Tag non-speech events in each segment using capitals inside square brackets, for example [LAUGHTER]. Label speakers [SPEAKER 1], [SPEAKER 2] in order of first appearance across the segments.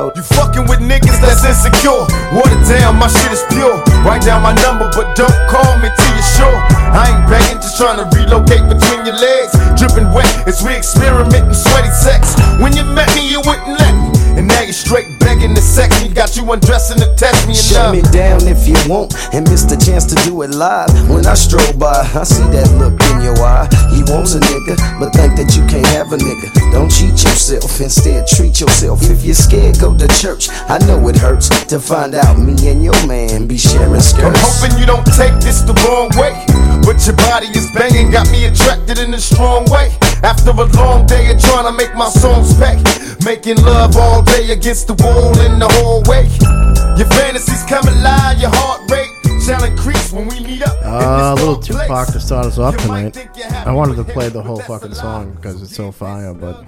[SPEAKER 1] You fucking with niggas that's insecure. Water down, my shit is pure. Write down my number, but don't call me till you're sure. I ain't begging, just trying to relocate between your legs. Dripping wet as we experimenting sweaty sex. When you met me, you wouldn't let me. And now you're straight begging the sex. You got you undressing to test me enough.
[SPEAKER 2] Shut me down if you want and miss the chance to do it live. When I stroll by, I see that look in your eye. You want a nigga, but think that you can't have a nigga. Don't cheat yourself, instead treat yourself. If you're scared, go to church. I know it hurts to find out me and your man be sharing
[SPEAKER 1] I'm
[SPEAKER 2] skirts.
[SPEAKER 1] hoping you don't take this the wrong way. But your body is banging, got me attracted in a strong way. After a long day of trying to make my songs pay, making love all day against the wall in the hallway. Your fantasies come alive, your heart rate shall increase when we meet up.
[SPEAKER 3] Uh, a little Tupac to start us off tonight. I wanted to play the whole fucking song because it's so fire, but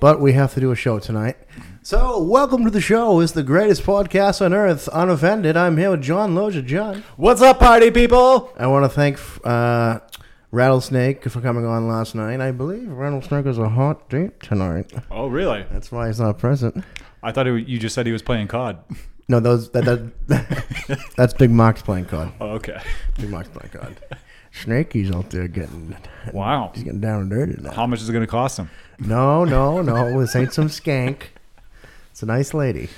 [SPEAKER 3] but we have to do a show tonight. So welcome to the show. It's the greatest podcast on earth, unoffended. I'm here with John Loja. John,
[SPEAKER 4] What's up, party people?
[SPEAKER 3] I want to thank uh, Rattlesnake for coming on last night. I believe Rattlesnake is a hot date tonight.
[SPEAKER 4] Oh, really?
[SPEAKER 3] That's why he's not present.
[SPEAKER 4] I thought it, wa- you just said he was playing COD.
[SPEAKER 3] No, those that, that [LAUGHS] that's Big Mark's playing card.
[SPEAKER 4] [LAUGHS] Oh, okay.
[SPEAKER 3] Big Mark's playing card. Snakey's out there getting
[SPEAKER 4] Wow.
[SPEAKER 3] he's getting down and dirty now.
[SPEAKER 4] How much is it going to cost him?
[SPEAKER 3] No, no, no. This ain't some skank. It's a nice lady.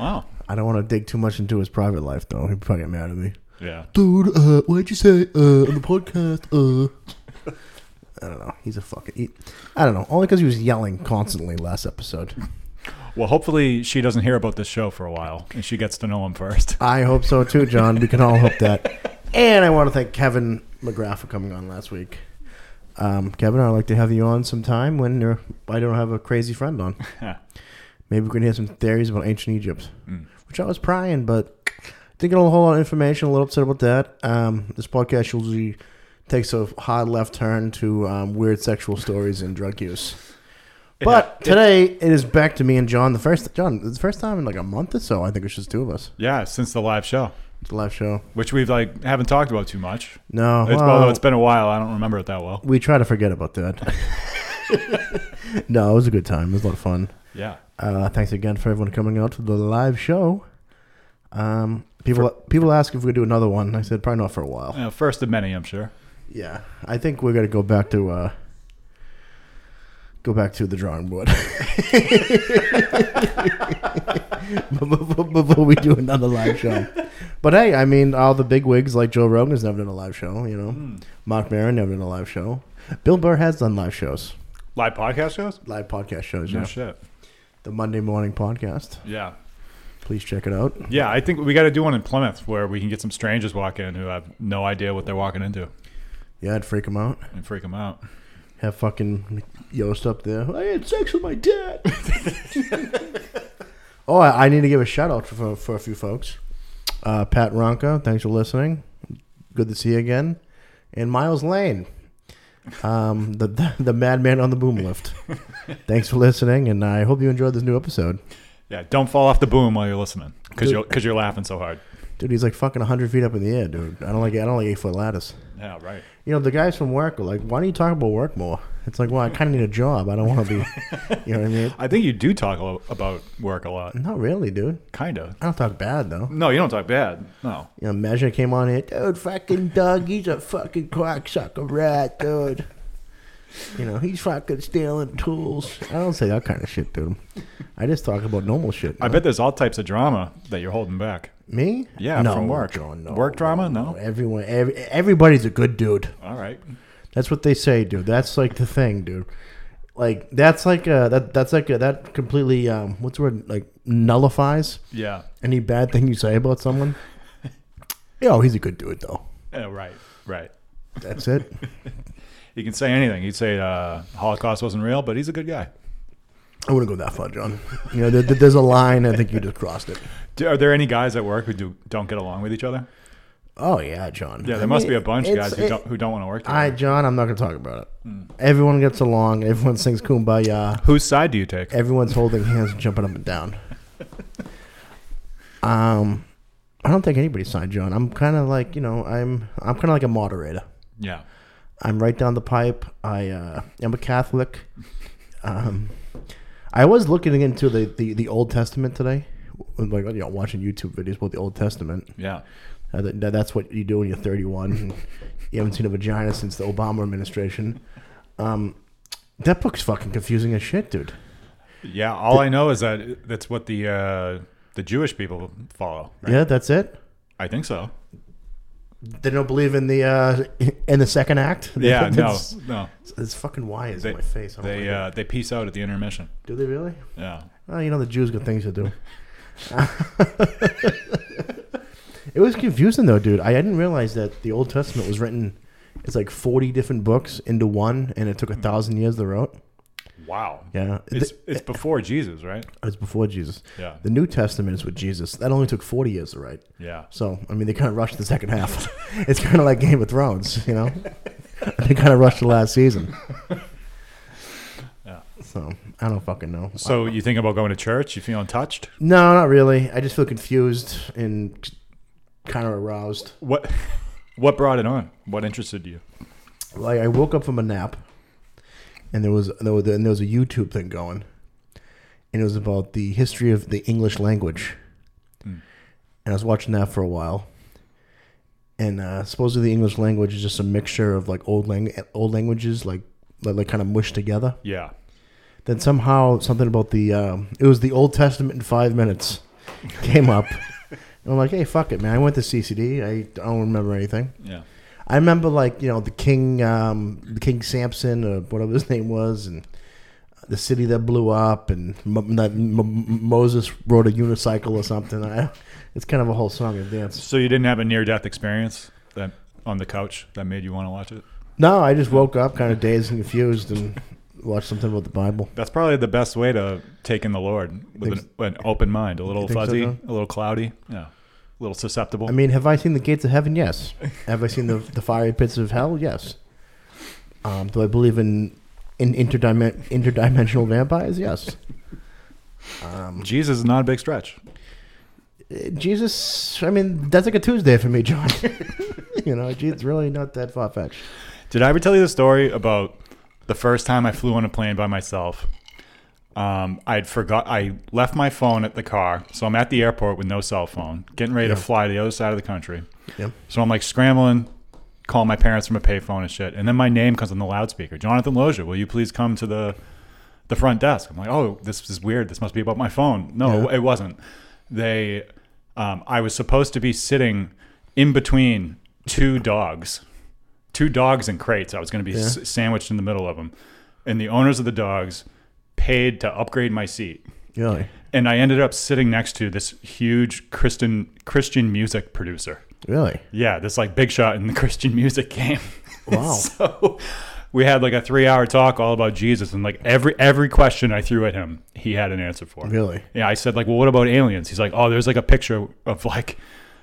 [SPEAKER 4] Wow.
[SPEAKER 3] I don't want to dig too much into his private life, though. He'd probably get mad at me.
[SPEAKER 4] Yeah.
[SPEAKER 3] Dude, uh, what'd you say uh, on the podcast? Uh. [LAUGHS] I don't know. He's a fucking. He, I don't know. Only because he was yelling constantly last episode.
[SPEAKER 4] Well, hopefully she doesn't hear about this show for a while and she gets to know him first.
[SPEAKER 3] I hope so too, John. We can all hope that. And I want to thank Kevin McGrath for coming on last week. Um, Kevin, I'd like to have you on sometime when you're, I don't have a crazy friend on. Maybe we can hear some theories about ancient Egypt, which I was prying, but didn't get a whole lot of information. A little upset about that. Um, this podcast usually takes a hard left turn to um, weird sexual stories and drug use. But today it is back to me and John. The first John, it's the first time in like a month or so. I think it's just two of us.
[SPEAKER 4] [LAUGHS] Yeah, since the live show,
[SPEAKER 3] The live show.
[SPEAKER 4] which we've like haven't talked about too much.
[SPEAKER 3] No,
[SPEAKER 4] It's,
[SPEAKER 3] well,
[SPEAKER 4] although it's been a while, I don't remember it that well.
[SPEAKER 3] we try to forget about that. no, it was a good time. It was a lot of fun.
[SPEAKER 4] Yeah.
[SPEAKER 3] Uh, thanks again for everyone coming out to the live show. Um, people people ask if we could do another one. I said probably not for a while.
[SPEAKER 4] Uh, first of many, I'm sure.
[SPEAKER 3] Yeah, I think we're gonna go back to uh, go back to the drawing board. [LAUGHS] before before we do another live show. But hey, I mean, all the big wigs like Joe Rogan has never done a live show. You know, Mark Maron never done a live show. Bill Burr has done live shows,
[SPEAKER 4] Live podcast shows?
[SPEAKER 3] live podcast shows.
[SPEAKER 4] No
[SPEAKER 3] Yeah,
[SPEAKER 4] shit.
[SPEAKER 3] the Monday morning podcast.
[SPEAKER 4] Yeah.
[SPEAKER 3] Please check it out.
[SPEAKER 4] Yeah, I think we got to do one in Plymouth where we can get some strangers walk in who have no idea what they're walking into
[SPEAKER 3] Yeah, I'd freak him out.
[SPEAKER 4] and freak them out.
[SPEAKER 3] Have fucking Yost up there. I had sex with my dad. oh, I, I need to give a shout out for, for a few folks. Uh, Pat Ronca, thanks for listening. Good to see you again. And Miles Lane, um, the, the the madman on the boom lift. thanks for listening, and I hope you enjoyed this new episode.
[SPEAKER 4] Yeah, don't fall off the boom while you're listening because
[SPEAKER 3] Dude.
[SPEAKER 4] you're, 'cause you're laughing so hard.
[SPEAKER 3] Dude, he's like fucking hundred feet up in the air, dude. I don't like I don't like eight foot ladders.
[SPEAKER 4] Yeah, right.
[SPEAKER 3] you know, the guys from work are like, why don't you talk about work more? It's like, well, I kind of need a job. I don't want to be, [LAUGHS] you know what I mean?
[SPEAKER 4] I think you do talk a lo- about work a lot.
[SPEAKER 3] Not really, dude.
[SPEAKER 4] Kind of.
[SPEAKER 3] I don't talk bad, though.
[SPEAKER 4] No, you don't talk bad. No.
[SPEAKER 3] You know, Measure came on here, dude, fucking Doug, he's a fucking cocksucker rat, dude. You know, he's fucking stealing tools. I don't say that kind of shit, dude. I just talk about normal shit.
[SPEAKER 4] I bet there's all types of drama that you're holding back.
[SPEAKER 3] Me?
[SPEAKER 4] Yeah,
[SPEAKER 3] no,
[SPEAKER 4] from work.
[SPEAKER 3] John, no,
[SPEAKER 4] Work drama? No.
[SPEAKER 3] Everyone, every, everybody's a good dude.
[SPEAKER 4] All right.
[SPEAKER 3] That's what they say, dude. That's like the thing, dude. Like that's like a, that that's like a, that completely um what's the word like nullifies
[SPEAKER 4] Yeah.
[SPEAKER 3] any bad thing you say about someone. Yo, he's a good dude though.
[SPEAKER 4] Yeah, right. Right.
[SPEAKER 3] That's it.
[SPEAKER 4] He can say anything. He'd say uh, Holocaust wasn't real, but he's a good guy.
[SPEAKER 3] I wouldn't go that far, John. You know, there, there's a line. I think you just crossed it.
[SPEAKER 4] Do, are there any guys at work who do, don't get along with each other?
[SPEAKER 3] Oh yeah, John.
[SPEAKER 4] Yeah, there
[SPEAKER 3] I
[SPEAKER 4] must
[SPEAKER 3] mean,
[SPEAKER 4] be a bunch of
[SPEAKER 3] it's-
[SPEAKER 4] guys who
[SPEAKER 3] it-
[SPEAKER 4] don't Hmm. who don't want to work together.
[SPEAKER 3] I, John, I'm not gonna talk about it. Everyone gets along. Everyone sings "Kumbaya."
[SPEAKER 4] Whose side do you take?
[SPEAKER 3] Everyone's holding hands and jumping up and
[SPEAKER 4] [LAUGHS]
[SPEAKER 3] down. Um, I don't think anybody's signed, John. I'm kind of like you know, I'm I'm kind of like a moderator.
[SPEAKER 4] Yeah.
[SPEAKER 3] I'm right down the pipe. I uh, am a Catholic. Um, I was looking into the, the, the Old Testament today, I'm like you know, watching YouTube videos about the Old Testament.
[SPEAKER 4] Yeah.
[SPEAKER 3] Uh, that- that- that's what you do when you're 31. [LAUGHS] you haven't seen a vagina since the Obama administration. Um, that book's fucking confusing as shit, dude.
[SPEAKER 4] Yeah. All I know is that that's what the uh, the Jewish people follow. right?
[SPEAKER 3] Yeah, that's it.
[SPEAKER 4] I think so.
[SPEAKER 3] They don't believe in the uh, [LAUGHS] in the second act. [LAUGHS]
[SPEAKER 4] [LAUGHS] Yeah. no. [LAUGHS]
[SPEAKER 3] That's-
[SPEAKER 4] No.
[SPEAKER 3] It's fucking why is
[SPEAKER 4] They
[SPEAKER 3] in my face. I don't
[SPEAKER 4] they
[SPEAKER 3] like
[SPEAKER 4] uh, they peace out at the intermission.
[SPEAKER 3] it. do they really?
[SPEAKER 4] Yeah.
[SPEAKER 3] Well, you know the Jews got things to do. [LAUGHS] it was confusing though, dude. I didn't realize that the Old Testament was written. It's like forty different books into one, and it took a thousand years to wrote.
[SPEAKER 4] Wow.
[SPEAKER 3] Yeah,
[SPEAKER 4] Mm-hmm. It's
[SPEAKER 3] Th-
[SPEAKER 4] it's before Jesus, right?
[SPEAKER 3] it's before Jesus.
[SPEAKER 4] Yeah.
[SPEAKER 3] the New Testament is with Jesus. That only took forty years to write.
[SPEAKER 4] Yeah.
[SPEAKER 3] So I mean, they kind of rushed the second half. [LAUGHS] it's kind of like Game of Thrones, you know. [LAUGHS] they kind of rushed the last season.
[SPEAKER 4] [LAUGHS] Yeah.
[SPEAKER 3] So I don't fucking know.
[SPEAKER 4] So you think about going to church? You feeling touched?
[SPEAKER 3] No, not really. I just feel confused and kind of aroused.
[SPEAKER 4] What [LAUGHS] what brought it on? What interested you?
[SPEAKER 3] Like I woke up from a nap, and there was there was, and there was a YouTube thing going, and it was about the history of the English language, and I was watching that for a while. And uh, supposedly the English language is just a mixture of like old lang- old languages, like like, like kind of mushed together.
[SPEAKER 4] Yeah.
[SPEAKER 3] Then somehow something about the um, it was the Old Testament in five minutes came up. And I'm like, hey, fuck it, man. I went to CCD. I don't remember anything.
[SPEAKER 4] Yeah.
[SPEAKER 3] I remember like you know the King, um, the King Samson or whatever his name was, and the city that blew up, and M- that M- M- Moses rode a unicycle or something. I, it's kind of a whole song and dance.
[SPEAKER 4] So you didn't have a near death experience that on the couch that made you want to watch it?
[SPEAKER 3] No, I just woke up kind of dazed and confused and watched something about the Bible.
[SPEAKER 4] That's probably the best way to take in the Lord with an, an open mind, a little
[SPEAKER 3] think so,
[SPEAKER 4] fuzzy,
[SPEAKER 3] John?
[SPEAKER 4] a little cloudy, yeah, a little susceptible.
[SPEAKER 3] I mean, have I seen the gates of heaven? Yes. Have I seen the the fiery pits of hell? Yes. Um, do I believe in in interdimen- interdimensional vampires? Yes. Um,
[SPEAKER 4] Jesus is not a big stretch.
[SPEAKER 3] eh, Jesus, I mean, that's like a Tuesday for me, John. [LAUGHS] you know, gee, it's really not that far fetched.
[SPEAKER 4] Did I ever tell you the story about the first time I flew on a plane by myself? Um, I'd forgot. I left my phone at the car, so I'm at the airport with no cell phone, getting ready to fly to the other side of the country.
[SPEAKER 3] Yep.
[SPEAKER 4] So I'm like scrambling, call my parents from a payphone and shit. And then my name comes on the loudspeaker. Jonathan Loja, will you please come to the the front desk? I'm like, oh, this is weird. This must be about my phone. No,
[SPEAKER 3] Yeah.
[SPEAKER 4] it wasn't. They, um, I was supposed to be sitting in between two dogs, two dogs in crates. I was going to be s- sandwiched in the middle of them, and the owners of the dogs paid to upgrade my seat
[SPEAKER 3] Really?
[SPEAKER 4] and I ended up sitting next to this huge Christian Christian music producer. [LAUGHS]
[SPEAKER 3] Really?
[SPEAKER 4] Yeah, this like big shot in the [LAUGHS] Christian music game. [LAUGHS]
[SPEAKER 3] Wow.
[SPEAKER 4] so we had like a three hour talk all about Jesus, and like every every question I threw at him, he had an answer for.
[SPEAKER 3] Really?
[SPEAKER 4] Yeah, I said like, well, what about aliens? He's like, oh, there's like a picture of like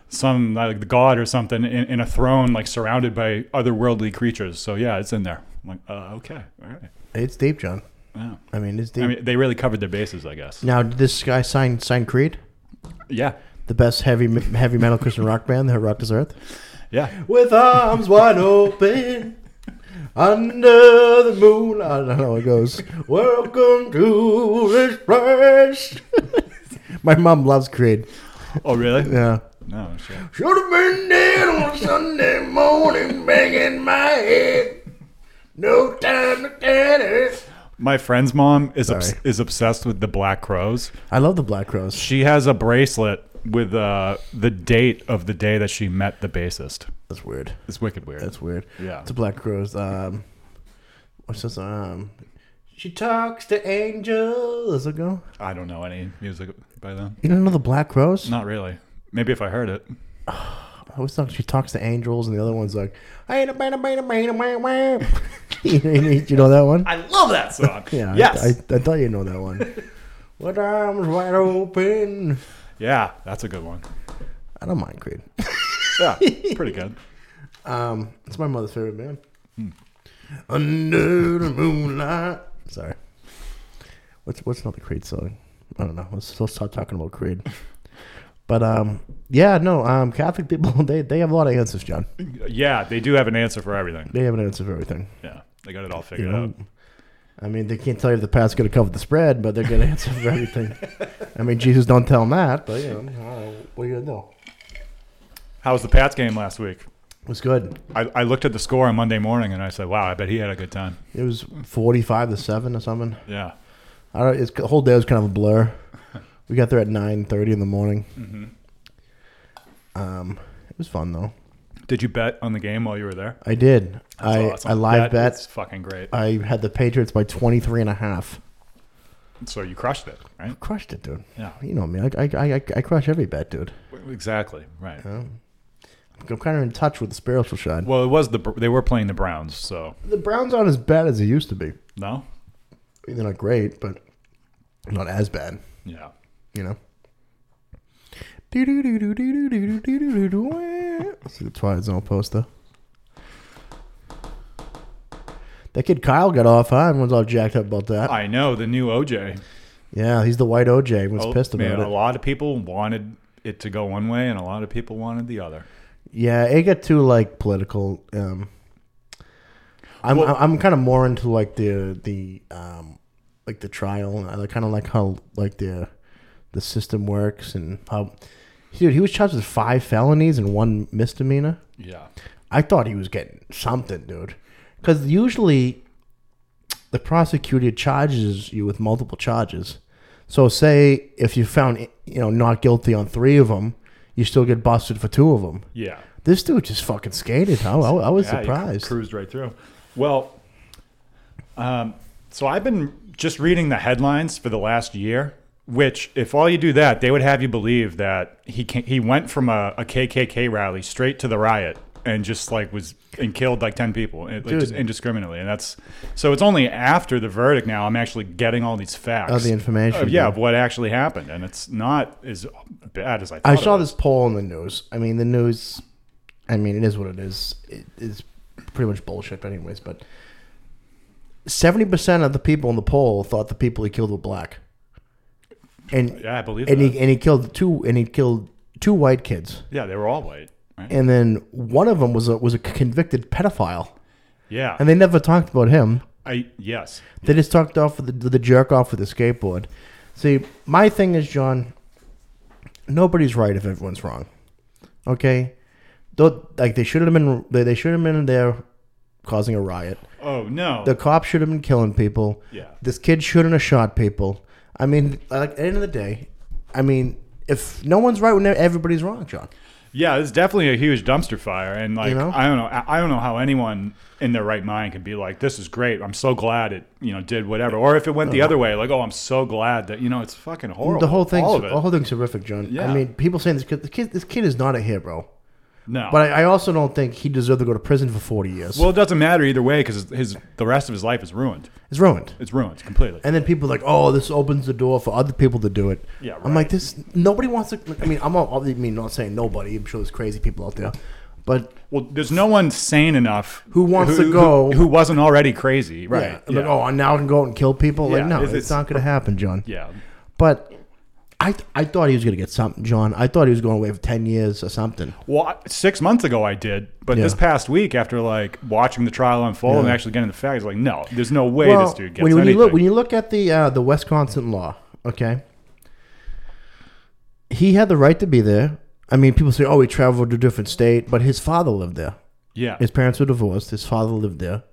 [SPEAKER 4] some like the god or something in, in a throne like surrounded by otherworldly creatures. So yeah, it's in there. I'm like, uh, okay, all right.
[SPEAKER 3] It's deep, John.
[SPEAKER 4] Yeah.
[SPEAKER 3] I mean, it's deep.
[SPEAKER 4] I mean, they really covered their bases, I guess.
[SPEAKER 3] now, did this guy sign sign Creed?
[SPEAKER 4] Yeah,
[SPEAKER 3] The best heavy heavy metal Christian rock band that rocked this earth?
[SPEAKER 4] yeah.
[SPEAKER 3] with arms wide open under the moon. I don't know how it goes. Welcome to this place. [LAUGHS] My mom loves Creed.
[SPEAKER 4] Oh, really?
[SPEAKER 3] Yeah.
[SPEAKER 4] No, shit.
[SPEAKER 3] Should have been dead on Sunday morning, banging my head. No time to get it.
[SPEAKER 4] My friend's mom is obs-
[SPEAKER 3] Sorry.
[SPEAKER 4] is obsessed with the Black Crows.
[SPEAKER 3] I love the Black Crows.
[SPEAKER 4] She has a bracelet with uh, the date of the day that she met the bassist.
[SPEAKER 3] That's weird.
[SPEAKER 4] It's wicked weird.
[SPEAKER 3] That's weird.
[SPEAKER 4] Yeah.
[SPEAKER 3] It's a Black Crows. Um, what's this? Um, she talks to angels. Does it go?
[SPEAKER 4] I don't know any music by them.
[SPEAKER 3] You don't know the Black Crows?
[SPEAKER 4] Not really. Maybe if I heard it.
[SPEAKER 3] I always thought she talks to angels, and the other one's like, "Hey, da, ba, da, ba, da, ba, da, ba, ba." [LAUGHS] you, know, you know that one?
[SPEAKER 4] I love that song.
[SPEAKER 3] [LAUGHS] Yeah. I-
[SPEAKER 4] Yes.
[SPEAKER 3] I, I, thought you know that
[SPEAKER 4] [LAUGHS]
[SPEAKER 3] one. With arms wide open.
[SPEAKER 4] yeah, that's a good one.
[SPEAKER 3] I don't mind Creed.
[SPEAKER 4] Yeah, pretty good.
[SPEAKER 3] Um, it's my mother's favorite band. Under the moonlight. Sorry. What's what's another Creed song? I don't know. Let's, let's stop talking about Creed. But um, yeah, no, um, Catholic people [LAUGHS] they they have a lot of answers, John.
[SPEAKER 4] Yeah, they do have an answer for everything.
[SPEAKER 3] They have an answer for everything.
[SPEAKER 4] Yeah, they got it all
[SPEAKER 3] You
[SPEAKER 4] figured
[SPEAKER 3] know,
[SPEAKER 4] out.
[SPEAKER 3] I mean, they can't tell you if the Pats going to cover the spread, but they're going to answer for everything. I mean, Jesus, don't tell them that, but you know, uh, what are you going to do?
[SPEAKER 4] How was the Pats game last week?
[SPEAKER 3] It was good.
[SPEAKER 4] I, I looked at the score on Monday morning and I said, wow, I bet he had a good time.
[SPEAKER 3] It was forty-five to seven or something.
[SPEAKER 4] Yeah.
[SPEAKER 3] I don't. It's, the whole day was kind of a blur. We got there at nine thirty in the morning.
[SPEAKER 4] Mm-hmm.
[SPEAKER 3] Um, it was fun though.
[SPEAKER 4] Did you bet on the game while you were there?
[SPEAKER 3] I did.
[SPEAKER 4] That's
[SPEAKER 3] I
[SPEAKER 4] awesome.
[SPEAKER 3] I live
[SPEAKER 4] That is
[SPEAKER 3] bet.
[SPEAKER 4] fucking great.
[SPEAKER 3] I had the Patriots by 23 and a half.
[SPEAKER 4] So you crushed it, right?
[SPEAKER 3] Crushed it, dude.
[SPEAKER 4] Yeah.
[SPEAKER 3] You know me. I I I, I crush every bet, dude.
[SPEAKER 4] Exactly. Right.
[SPEAKER 3] I'm kind of in touch with the spiritual side.
[SPEAKER 4] Well, it was the Br- they were playing the Browns, so
[SPEAKER 3] the Browns aren't as bad as they used to be.
[SPEAKER 4] no.
[SPEAKER 3] They're not great, but not as bad.
[SPEAKER 4] Yeah.
[SPEAKER 3] You know. Let's see the Twilight Zone poster. That kid Kyle got off, huh? Everyone's all jacked up about that.
[SPEAKER 4] I know the new OJ.
[SPEAKER 3] Yeah, he's the white OJ. Everyone's
[SPEAKER 4] Oh,
[SPEAKER 3] pissed
[SPEAKER 4] man,
[SPEAKER 3] about
[SPEAKER 4] a
[SPEAKER 3] it.
[SPEAKER 4] lot of people wanted it to go one way, and a lot of people wanted the other.
[SPEAKER 3] Yeah, it got too like political. Um, I'm
[SPEAKER 4] Well-
[SPEAKER 3] I'm kind of more into like the the um, like the trial. I kind of like how like the the system works and how. Dude, he was charged with five felonies and one misdemeanor.
[SPEAKER 4] Yeah.
[SPEAKER 3] I thought he was getting something, dude. Because usually the prosecutor charges you with multiple charges. So say if you found you know not guilty on three of them, you still get busted for two of them.
[SPEAKER 4] Yeah.
[SPEAKER 3] This dude just fucking skated. I, I, I was
[SPEAKER 4] Yeah, you cru-
[SPEAKER 3] surprised.
[SPEAKER 4] Cruised right through. Well, um, so I've been just reading the headlines for the last year. Which, if all you do that, they would have you believe that he can, he went from a, a KKK rally straight to the riot and just like was and killed like ten people and, like, just
[SPEAKER 3] Dude.
[SPEAKER 4] indiscriminately. And that's so. It's only after the verdict now I'm actually getting all these facts,
[SPEAKER 3] Of the information,
[SPEAKER 4] of- yeah,
[SPEAKER 3] yeah.
[SPEAKER 4] of what actually happened, and it's not as bad as I thought.
[SPEAKER 3] I
[SPEAKER 4] it
[SPEAKER 3] saw
[SPEAKER 4] was.
[SPEAKER 3] this poll in the news. I mean, the news. I mean, it is what it is. It is pretty much bullshit, anyways. But seventy percent of the people in the poll thought the people he killed were black, and
[SPEAKER 4] Yeah, I believe
[SPEAKER 3] and
[SPEAKER 4] that.
[SPEAKER 3] he and he killed two and he killed two white kids,
[SPEAKER 4] yeah, they were all white. Right?
[SPEAKER 3] and then one of them was a was a convicted pedophile,
[SPEAKER 4] yeah,
[SPEAKER 3] and they never talked about him.
[SPEAKER 4] I yes,
[SPEAKER 3] They just talked off with the, the jerk off with the skateboard. See, my thing is, John, nobody's right if everyone's wrong. Okay? Though, like, they should have been, they, they should have been there causing a riot.
[SPEAKER 4] Oh no!
[SPEAKER 3] The cops should have been killing people.
[SPEAKER 4] Yeah.
[SPEAKER 3] This kid shouldn't have shot people. I mean, like, at the end of the day, I mean, if no one's right when everybody's wrong, John.
[SPEAKER 4] yeah, it's definitely a huge dumpster fire, and like
[SPEAKER 3] You know?
[SPEAKER 4] I don't know, I I don't know how anyone in their right mind can be like, "This is great. I'm so glad it you know did whatever," or if it went the other way, like, "Oh, I'm so glad that you know it's fucking horrible."
[SPEAKER 3] Uh-huh. The whole thing's,
[SPEAKER 4] all of it.
[SPEAKER 3] the whole thing's horrific, John.
[SPEAKER 4] Yeah.
[SPEAKER 3] I mean, people saying this kid, this kid, this kid is not a hero.
[SPEAKER 4] no,
[SPEAKER 3] But I, I also don't think he deserved to go to prison for 40 years.
[SPEAKER 4] well, it doesn't matter either way because his the rest of his life is ruined.
[SPEAKER 3] it's ruined.
[SPEAKER 4] It's ruined completely.
[SPEAKER 3] And then people are like, oh, this opens the door for other people to do it.
[SPEAKER 4] Yeah,
[SPEAKER 3] I'm
[SPEAKER 4] right.
[SPEAKER 3] like, this. Nobody wants to. I mean, I'm. All, I mean, not saying nobody. I'm sure there's crazy people out there, but
[SPEAKER 4] well, there's no one sane enough
[SPEAKER 3] Who wants to go-
[SPEAKER 4] who, wasn't already crazy, right?
[SPEAKER 3] yeah, I'm like, oh, now I can go out and kill people.
[SPEAKER 4] Yeah,
[SPEAKER 3] like, no,
[SPEAKER 4] it's-
[SPEAKER 3] it's,
[SPEAKER 4] it's-
[SPEAKER 3] not going to happen, John.
[SPEAKER 4] yeah.
[SPEAKER 3] But I, th- I thought he was going to get something, John. I thought he was going away for ten years or something.
[SPEAKER 4] Well, I- six months ago I did, but this
[SPEAKER 3] Yeah.
[SPEAKER 4] past week, after like watching the trial unfold and
[SPEAKER 3] Yeah.
[SPEAKER 4] actually getting the facts, like, no, there's no way this dude gets
[SPEAKER 3] when, you- when you
[SPEAKER 4] anything.
[SPEAKER 3] look when you look at the uh, the Wisconsin law, okay, he had the right to be there. I mean, people say, oh, he traveled to a different state, but his father lived there.
[SPEAKER 4] yeah,
[SPEAKER 3] His parents were divorced. His father lived there.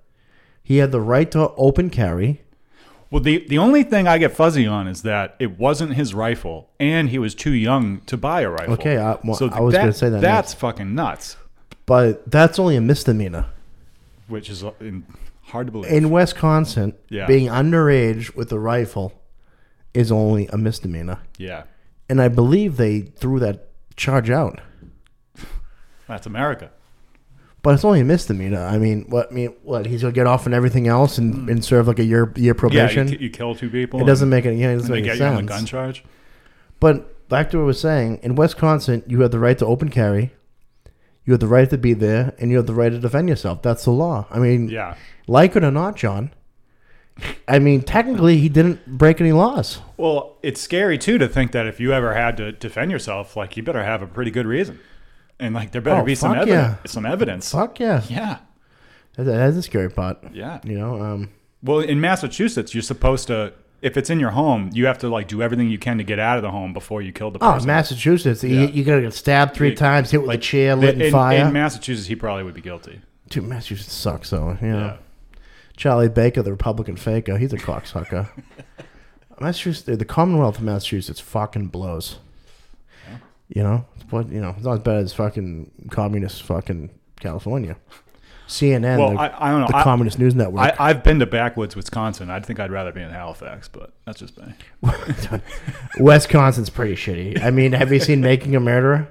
[SPEAKER 3] He had the right to open carry.
[SPEAKER 4] Well, the the only thing I get fuzzy on is that it wasn't his rifle, and he was too young to buy a rifle.
[SPEAKER 3] Okay, I- well, I was gonna say that
[SPEAKER 4] That's fucking nuts,
[SPEAKER 3] But that's only a misdemeanor.
[SPEAKER 4] which is uh, in- hard to believe.
[SPEAKER 3] In Wisconsin,
[SPEAKER 4] Yeah.
[SPEAKER 3] being underage with a rifle is only a misdemeanor.
[SPEAKER 4] yeah,
[SPEAKER 3] And I believe they threw that charge out.
[SPEAKER 4] that's America.
[SPEAKER 3] But it's only a misdemeanor. I mean, what I mean what he's gonna get off on everything else and, and serve like a year year
[SPEAKER 4] Hmm. Yeah, you,
[SPEAKER 3] probation?
[SPEAKER 4] ki- you kill two
[SPEAKER 3] it
[SPEAKER 4] people. and
[SPEAKER 3] doesn't make any, yeah, it doesn't
[SPEAKER 4] They
[SPEAKER 3] make
[SPEAKER 4] get
[SPEAKER 3] any
[SPEAKER 4] you on a gun
[SPEAKER 3] sense.
[SPEAKER 4] charge.
[SPEAKER 3] But back to what I was saying, in Wisconsin, you have the right to open carry, you have the right to be there, and you have the right to defend yourself. That's the law. I mean,
[SPEAKER 4] Yeah.
[SPEAKER 3] like it or not, John. I mean, technically, he didn't break any laws.
[SPEAKER 4] Well, it's scary too to think that if you ever had to defend yourself, like you better have a pretty good reason, and like there better
[SPEAKER 3] Oh,
[SPEAKER 4] be some
[SPEAKER 3] fuck
[SPEAKER 4] evidence.
[SPEAKER 3] yeah.
[SPEAKER 4] Some evidence.
[SPEAKER 3] Fuck yeah,
[SPEAKER 4] Yeah.
[SPEAKER 3] That, that's a scary part.
[SPEAKER 4] Yeah.
[SPEAKER 3] You know, um,
[SPEAKER 4] Well, in Massachusetts, you're supposed to, if it's in your home, you have to like do everything you can to get out of the home before you kill the
[SPEAKER 3] Oh,
[SPEAKER 4] person.
[SPEAKER 3] Massachusetts. You,
[SPEAKER 4] Yeah.
[SPEAKER 3] you gotta get stabbed three
[SPEAKER 4] Yeah,
[SPEAKER 3] times, hit with a chair, lit in,
[SPEAKER 4] in,
[SPEAKER 3] fire.
[SPEAKER 4] in Massachusetts, he probably would be guilty.
[SPEAKER 3] Dude, Massachusetts sucks, though. You know.
[SPEAKER 4] Yeah.
[SPEAKER 3] Charlie Baker, the Republican faker, he's a
[SPEAKER 4] [LAUGHS]
[SPEAKER 3] cocksucker. Massachusetts, the Commonwealth of Massachusetts fucking blows. You know, but you know, it's not as bad as fucking communist fucking California. CNN,
[SPEAKER 4] Well,
[SPEAKER 3] the,
[SPEAKER 4] I- I don't know.
[SPEAKER 3] the
[SPEAKER 4] I-
[SPEAKER 3] Communist News Network.
[SPEAKER 4] I, I've been to backwoods Wisconsin. I think I'd rather be in Halifax, but that's just me.
[SPEAKER 3] [LAUGHS] Wisconsin's pretty shitty. I mean, have you seen Making a Murderer?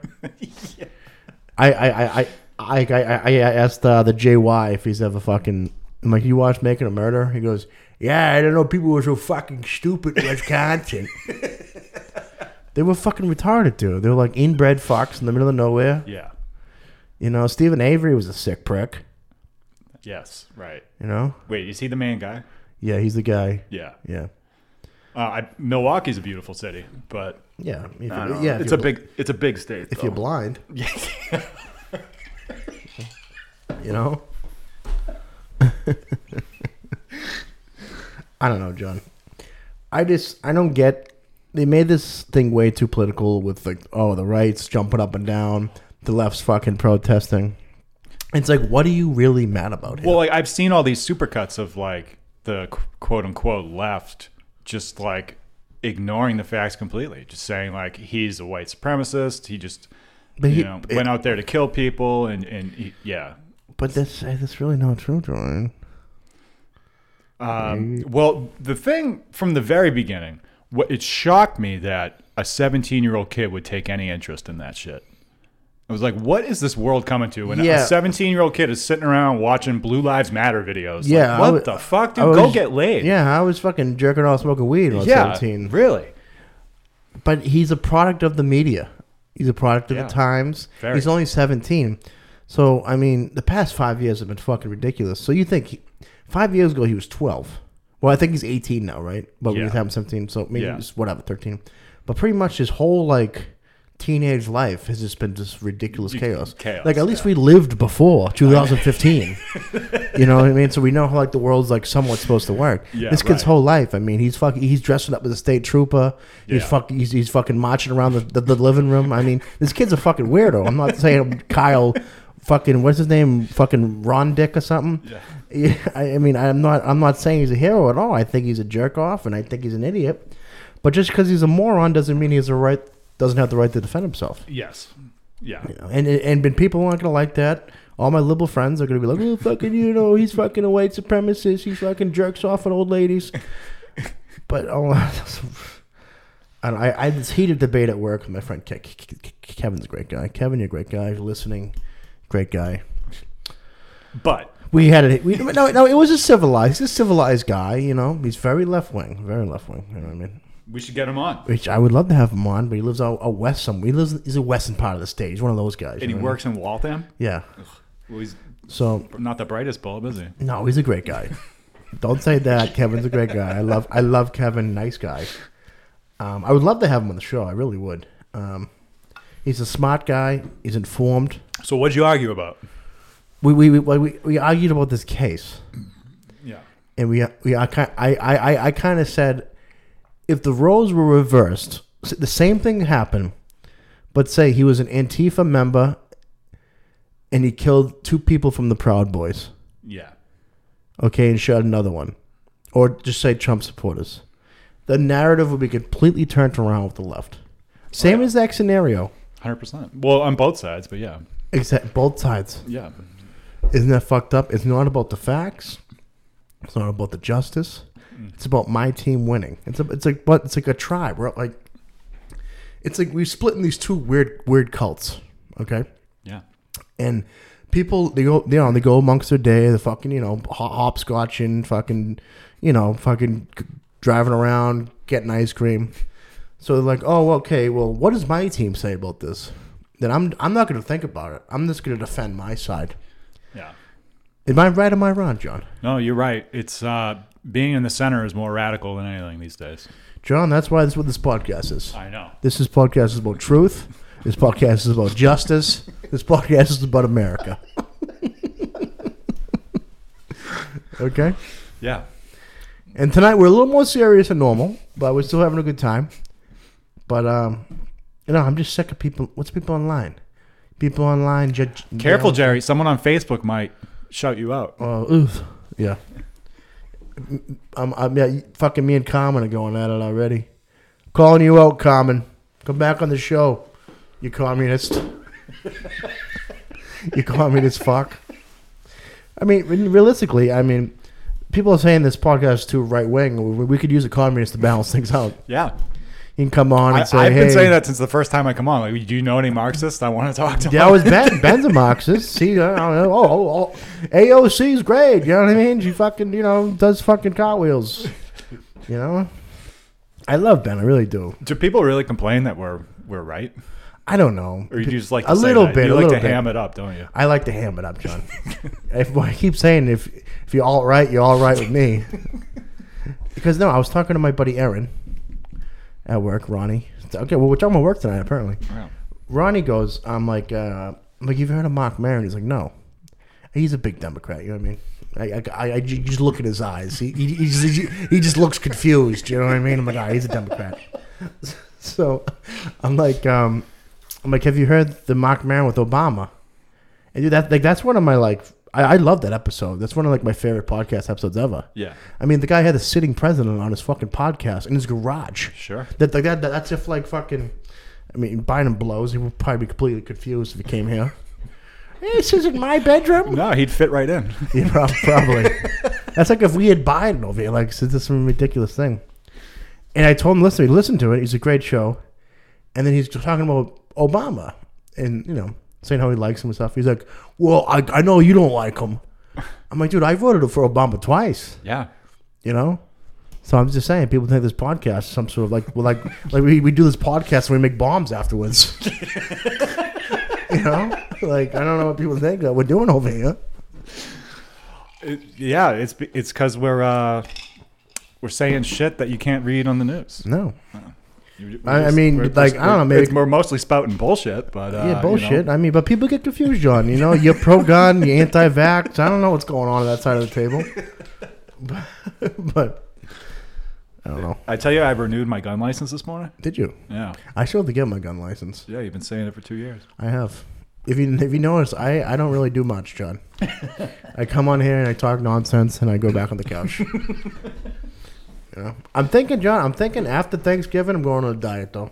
[SPEAKER 3] I, I, I, I, I, I, I asked uh, the JY if he's ever fucking. I'm like, you watched Making a Murderer? He goes, Yeah, I don't know. People were so fucking stupid in Wisconsin. they were fucking retarded, dude. They were like inbred fox in the middle of nowhere.
[SPEAKER 4] Yeah.
[SPEAKER 3] You know, Stephen Avery was a sick prick.
[SPEAKER 4] Yes. Right.
[SPEAKER 3] You know?
[SPEAKER 4] Wait, is he the main guy?
[SPEAKER 3] Yeah, he's the guy.
[SPEAKER 4] Yeah.
[SPEAKER 3] Yeah.
[SPEAKER 4] Uh, I, Milwaukee's a beautiful city, but
[SPEAKER 3] Yeah. If
[SPEAKER 4] I
[SPEAKER 3] you,
[SPEAKER 4] don't know.
[SPEAKER 3] yeah. if
[SPEAKER 4] it's a
[SPEAKER 3] you're-
[SPEAKER 4] big it's a big state.
[SPEAKER 3] If you're
[SPEAKER 4] though. [LAUGHS]
[SPEAKER 3] blind. you know? [LAUGHS] I don't know, John. I just I don't get they made this thing way too political with like oh the right's jumping up and down, the left's fucking protesting. It's like what are you really mad about here?
[SPEAKER 4] Well, like I've seen all these supercuts of like the qu- quote unquote left just like ignoring the facts completely, just saying like he's a white supremacist. He just
[SPEAKER 3] But
[SPEAKER 4] you
[SPEAKER 3] he-
[SPEAKER 4] know went out there to kill people and and he, yeah.
[SPEAKER 3] but that's that's really not true, John.
[SPEAKER 4] Um,
[SPEAKER 3] Mm-hmm.
[SPEAKER 4] well, the thing from the very beginning, what it shocked me that a 17 year old kid would take any interest in that shit. I was like, what is this world coming to when
[SPEAKER 3] Yeah.
[SPEAKER 4] a 17 year old kid is sitting around watching Blue Lives Matter videos? Like,
[SPEAKER 3] Yeah, I
[SPEAKER 4] what
[SPEAKER 3] was-
[SPEAKER 4] the fuck,
[SPEAKER 3] I
[SPEAKER 4] dude? Go
[SPEAKER 3] was-
[SPEAKER 4] get laid.
[SPEAKER 3] Yeah, I was fucking jerking off smoking weed when I was
[SPEAKER 4] Yeah.
[SPEAKER 3] 17.
[SPEAKER 4] Really?
[SPEAKER 3] but he's a product of the media. He's a product of
[SPEAKER 4] Yeah.
[SPEAKER 3] the times.
[SPEAKER 4] Very.
[SPEAKER 3] He's only 17. So, I mean, the past five years have been fucking ridiculous. So, you think he, five years ago he was 12. Well, I think he's 18 now, right? But we
[SPEAKER 4] Yeah.
[SPEAKER 3] had him 17, so maybe
[SPEAKER 4] Yeah.
[SPEAKER 3] it's whatever, 13. But pretty much his whole, like, teenage life has just been just ridiculous
[SPEAKER 4] You-
[SPEAKER 3] chaos.
[SPEAKER 4] chaos,
[SPEAKER 3] Like, at least we lived
[SPEAKER 4] [LAUGHS]
[SPEAKER 3] before 2015. you know what I mean? So, we know how, like, the world's, like, somewhat supposed to work.
[SPEAKER 4] Yeah,
[SPEAKER 3] this kid's
[SPEAKER 4] right.
[SPEAKER 3] whole life, I mean, he's fucking, he's dressing up as a state trooper. He's
[SPEAKER 4] Yeah.
[SPEAKER 3] fucking fuck- he's, he's fucking marching around the, the, the living room. I mean, this kid's a fucking weirdo. I'm not saying Kyle fucking what's his name? Fucking Ron Dick or something.
[SPEAKER 4] Yeah.
[SPEAKER 3] Yeah, I, I mean, I'm not I'm not saying he's a hero at all. I think he's a jerk off and I think he's an idiot. But just because he's a moron doesn't mean he has a right doesn't have the right to defend himself.
[SPEAKER 4] Yes. Yeah.
[SPEAKER 3] You know, and and and people aren't gonna like that. All my liberal friends are gonna be like, "Oh, fucking, you know, he's fucking a white supremacist. He fucking jerks off on old
[SPEAKER 4] [LAUGHS]
[SPEAKER 3] ladies." But oh, [LAUGHS] and I, I had this heated debate at work with my friend Ke- Ke- Ke- Ke- Kevin's a great guy. Kevin, you're a great guy. If you're listening, great guy.
[SPEAKER 4] But
[SPEAKER 3] We had it. We, no, no, it was a civilized, he's a civilized guy. You know, he's very left wing, very left wing. You know what I mean?
[SPEAKER 4] we should get him on.
[SPEAKER 3] Which I would love to have him on, but he lives out, out west somewhere. He lives, he's a western part of the state. He's one of those guys. you
[SPEAKER 4] And
[SPEAKER 3] know
[SPEAKER 4] he
[SPEAKER 3] what I mean?
[SPEAKER 4] works in Waltham.
[SPEAKER 3] Yeah.
[SPEAKER 4] Well, he's
[SPEAKER 3] So
[SPEAKER 4] not the brightest bulb, is he?
[SPEAKER 3] No, he's a great guy. Don't say that. Kevin's a great guy. I love I love Kevin. Nice guy. Um, I would love to have him on the show. I really would. Um, he's a smart guy. He's informed.
[SPEAKER 4] So what'd you argue about?
[SPEAKER 3] We we we, we, we argued about this case,
[SPEAKER 4] Yeah.
[SPEAKER 3] and we we I ki- I I, I kind of said if the roles were reversed, s- the same thing happened, but say he was an Antifa member, and he killed two people from the Proud Boys.
[SPEAKER 4] Yeah.
[SPEAKER 3] okay, and shot another one, or just say Trump supporters. The narrative would be completely turned around with the left. Same exact scenario,
[SPEAKER 4] Hundred percent. Well, on both sides, but yeah.
[SPEAKER 3] except both sides.
[SPEAKER 4] Yeah.
[SPEAKER 3] Isn't that fucked up? It's not about the facts. It's not about the justice. It's about my team winning. It's a, it's like but it's like a tribe. We're like, it's like we split in these two weird weird cults. Okay.
[SPEAKER 4] Yeah.
[SPEAKER 3] and people they go you know they go amongst their day the fucking you know ho- hopscotch and fucking you know fucking g- driving around getting ice cream so they're like oh okay well what does my team say about this then i'm i'm not going to think about it i'm just going to defend my side
[SPEAKER 4] Yeah.
[SPEAKER 3] am i right or am i wrong john
[SPEAKER 4] No, you're right. It's uh, being in the center is more radical than anything these days.
[SPEAKER 3] john that's why this is what this podcast is
[SPEAKER 4] I know.
[SPEAKER 3] this is podcast is about truth this podcast is about justice this podcast is about america [LAUGHS] okay
[SPEAKER 4] Yeah.
[SPEAKER 3] And tonight we're a little more serious than normal, but we're still having a good time. But um, you know, I'm just sick of people. What's people online? People online judge.
[SPEAKER 4] Careful, Jerry. Someone on Facebook might shout you out.
[SPEAKER 3] Oh, oof. Yeah. I'm, I'm yeah, you- fucking me and Common are going at it already. Calling you out, Common. Come back on the show, you communist. [LAUGHS] you communist fuck. I mean, when- realistically, I mean, people are saying this podcast is too right wing. We, we could use a communist to balance things out.
[SPEAKER 4] Yeah.
[SPEAKER 3] You can come on and
[SPEAKER 4] I,
[SPEAKER 3] say,
[SPEAKER 4] I've
[SPEAKER 3] hey,
[SPEAKER 4] been saying
[SPEAKER 3] [LAUGHS]
[SPEAKER 4] that since the first time I come on. Like, do you know any Marxists? I want to [LAUGHS] talk to.
[SPEAKER 3] Yeah, I was Ben. Ben's a Marxist. See, uh, I don't know. Oh, oh, oh, AOC's great. You know what I mean? She fucking, you know, does fucking cartwheels. You know, I love Ben. I really do.
[SPEAKER 4] Do people really complain that we're we're right,
[SPEAKER 3] I don't know.
[SPEAKER 4] or you just like to
[SPEAKER 3] a
[SPEAKER 4] say
[SPEAKER 3] little
[SPEAKER 4] that?
[SPEAKER 3] bit,
[SPEAKER 4] You
[SPEAKER 3] a
[SPEAKER 4] like
[SPEAKER 3] little
[SPEAKER 4] to
[SPEAKER 3] bit.
[SPEAKER 4] ham it up, don't you?
[SPEAKER 3] I like to ham it up,
[SPEAKER 4] [LAUGHS]
[SPEAKER 3] John. if I keep saying if if you're all right, you're all right with me. because no, I was talking to my buddy Aaron at work, Ronnie. Okay, well, we're talking about work tonight, apparently.
[SPEAKER 4] Wow.
[SPEAKER 3] Ronnie goes, I'm like, uh, I'm like, you've heard of Mark Maron? He's like, no. He's a big Democrat. You know what I mean? I, I, I, I ju- just look at his eyes. He, he, he, just, he just looks confused. You know what I mean? I'm like, ah, he's a Democrat. [LAUGHS] So I'm like, um, I'm like, have you heard the Mark Maron with Obama? And dude, that like that's one of my like, I, I love that episode. That's one of like my favorite podcast episodes ever.
[SPEAKER 4] Yeah.
[SPEAKER 3] I mean, the guy had a sitting president on his fucking podcast in his garage.
[SPEAKER 4] Sure.
[SPEAKER 3] That like that, that that's if like fucking. I mean, Biden blows. He would probably be completely confused if he came here. This isn't my bedroom.
[SPEAKER 4] No, he'd fit right in.
[SPEAKER 3] [LAUGHS]
[SPEAKER 4] [LAUGHS]
[SPEAKER 3] Yeah, prob- probably. That's like if we had Biden over here. Like, this is some ridiculous thing. And I told him, listen, he listened to it. It's a great show. And then he's talking about Obama and, you know, saying how he likes him and stuff. He's like, well, I, I know you don't like him. I'm like, dude, I voted for Obama twice
[SPEAKER 4] yeah.
[SPEAKER 3] you know. So I'm just saying, people think this podcast is some sort of like, well, like, [LAUGHS] like we, we do this podcast and we make bombs afterwards. [LAUGHS] you know, like I don't know what people think that we're doing over here.
[SPEAKER 4] It- yeah. It's be- it's because we're uh, we're saying shit that you can't read on the news.
[SPEAKER 3] No,
[SPEAKER 4] You-
[SPEAKER 3] I- I
[SPEAKER 4] we're just-
[SPEAKER 3] mean,
[SPEAKER 4] we're
[SPEAKER 3] like, I don't know, maybe-
[SPEAKER 4] it's- we're mostly spouting bullshit, but uh,
[SPEAKER 3] yeah, bullshit.
[SPEAKER 4] You know,
[SPEAKER 3] I mean, but people get confused, John. You know, you're pro gun, you're anti vax. I don't know what's going on at that side of the table, [LAUGHS] but, but I don't know.
[SPEAKER 4] I tell you, I renewed my gun license this morning.
[SPEAKER 3] Did you?
[SPEAKER 4] Yeah.
[SPEAKER 3] I still have to get my gun license.
[SPEAKER 4] Yeah, you've been saying it for two years.
[SPEAKER 3] I have. If you if you notice, I, I don't really do much, John. I come on here and I talk nonsense and I go back on the couch. you know? I'm thinking, John. I'm thinking after Thanksgiving, I'm going on a diet though.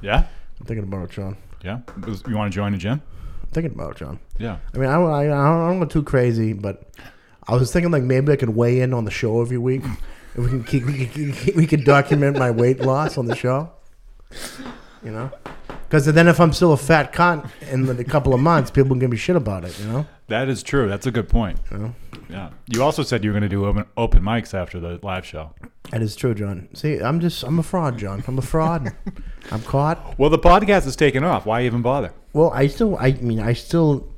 [SPEAKER 4] Yeah.
[SPEAKER 3] I'm thinking about it, John.
[SPEAKER 4] Yeah. You want to join a gym?
[SPEAKER 3] I'm thinking about it, John.
[SPEAKER 4] Yeah.
[SPEAKER 3] I mean, I don't, I, I don't, I don't go too crazy, but I was thinking like maybe I could weigh in on the show every week. And we can keep, we can, keep- we can document my weight loss on the show. You know, because then if I'm still a fat cunt in a couple of months, people can give me shit about it. You know.
[SPEAKER 4] That is true. That's a good point.
[SPEAKER 3] Yeah.
[SPEAKER 4] Yeah. You also said you were going to do open, open mics after the live show.
[SPEAKER 3] That is true, John. See, I'm just I'm a fraud, John. I'm a fraud. I'm caught.
[SPEAKER 4] Well, the podcast is taking off. Why even bother?
[SPEAKER 3] Well, I still I mean I still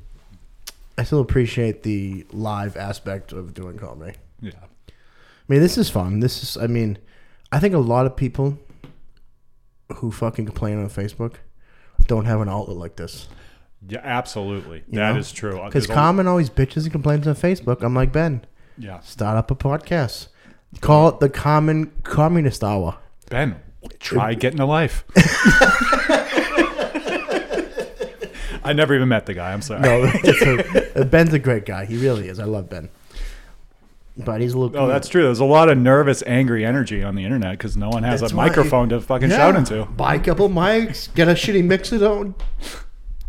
[SPEAKER 3] I still appreciate the live aspect of doing comedy.
[SPEAKER 4] Yeah.
[SPEAKER 3] I mean, this is fun. This is I mean, I think a lot of people who fucking complain on Facebook don't have an outlet like this.
[SPEAKER 4] Yeah, absolutely. That is
[SPEAKER 3] You know?
[SPEAKER 4] true. Uh,
[SPEAKER 3] Because
[SPEAKER 4] There's a-
[SPEAKER 3] Common always bitches and complains on Facebook. I'm like, Ben,
[SPEAKER 4] Yeah.
[SPEAKER 3] start up a podcast. Call it the Common Communist Hour.
[SPEAKER 4] Ben, try getting
[SPEAKER 3] [LAUGHS]
[SPEAKER 4] a life. I never even met the guy. I'm sorry. [LAUGHS]
[SPEAKER 3] No, [LAUGHS] that's a- uh, Ben's a great guy. He really is. I love Ben. But he's a little.
[SPEAKER 4] Oh, that's true. There's a lot of nervous, angry energy on the internet because no one has
[SPEAKER 3] That's
[SPEAKER 4] a
[SPEAKER 3] why-
[SPEAKER 4] microphone to fucking
[SPEAKER 3] Yeah.
[SPEAKER 4] shout into.
[SPEAKER 3] Buy a couple mics, get a shitty mixer. Don't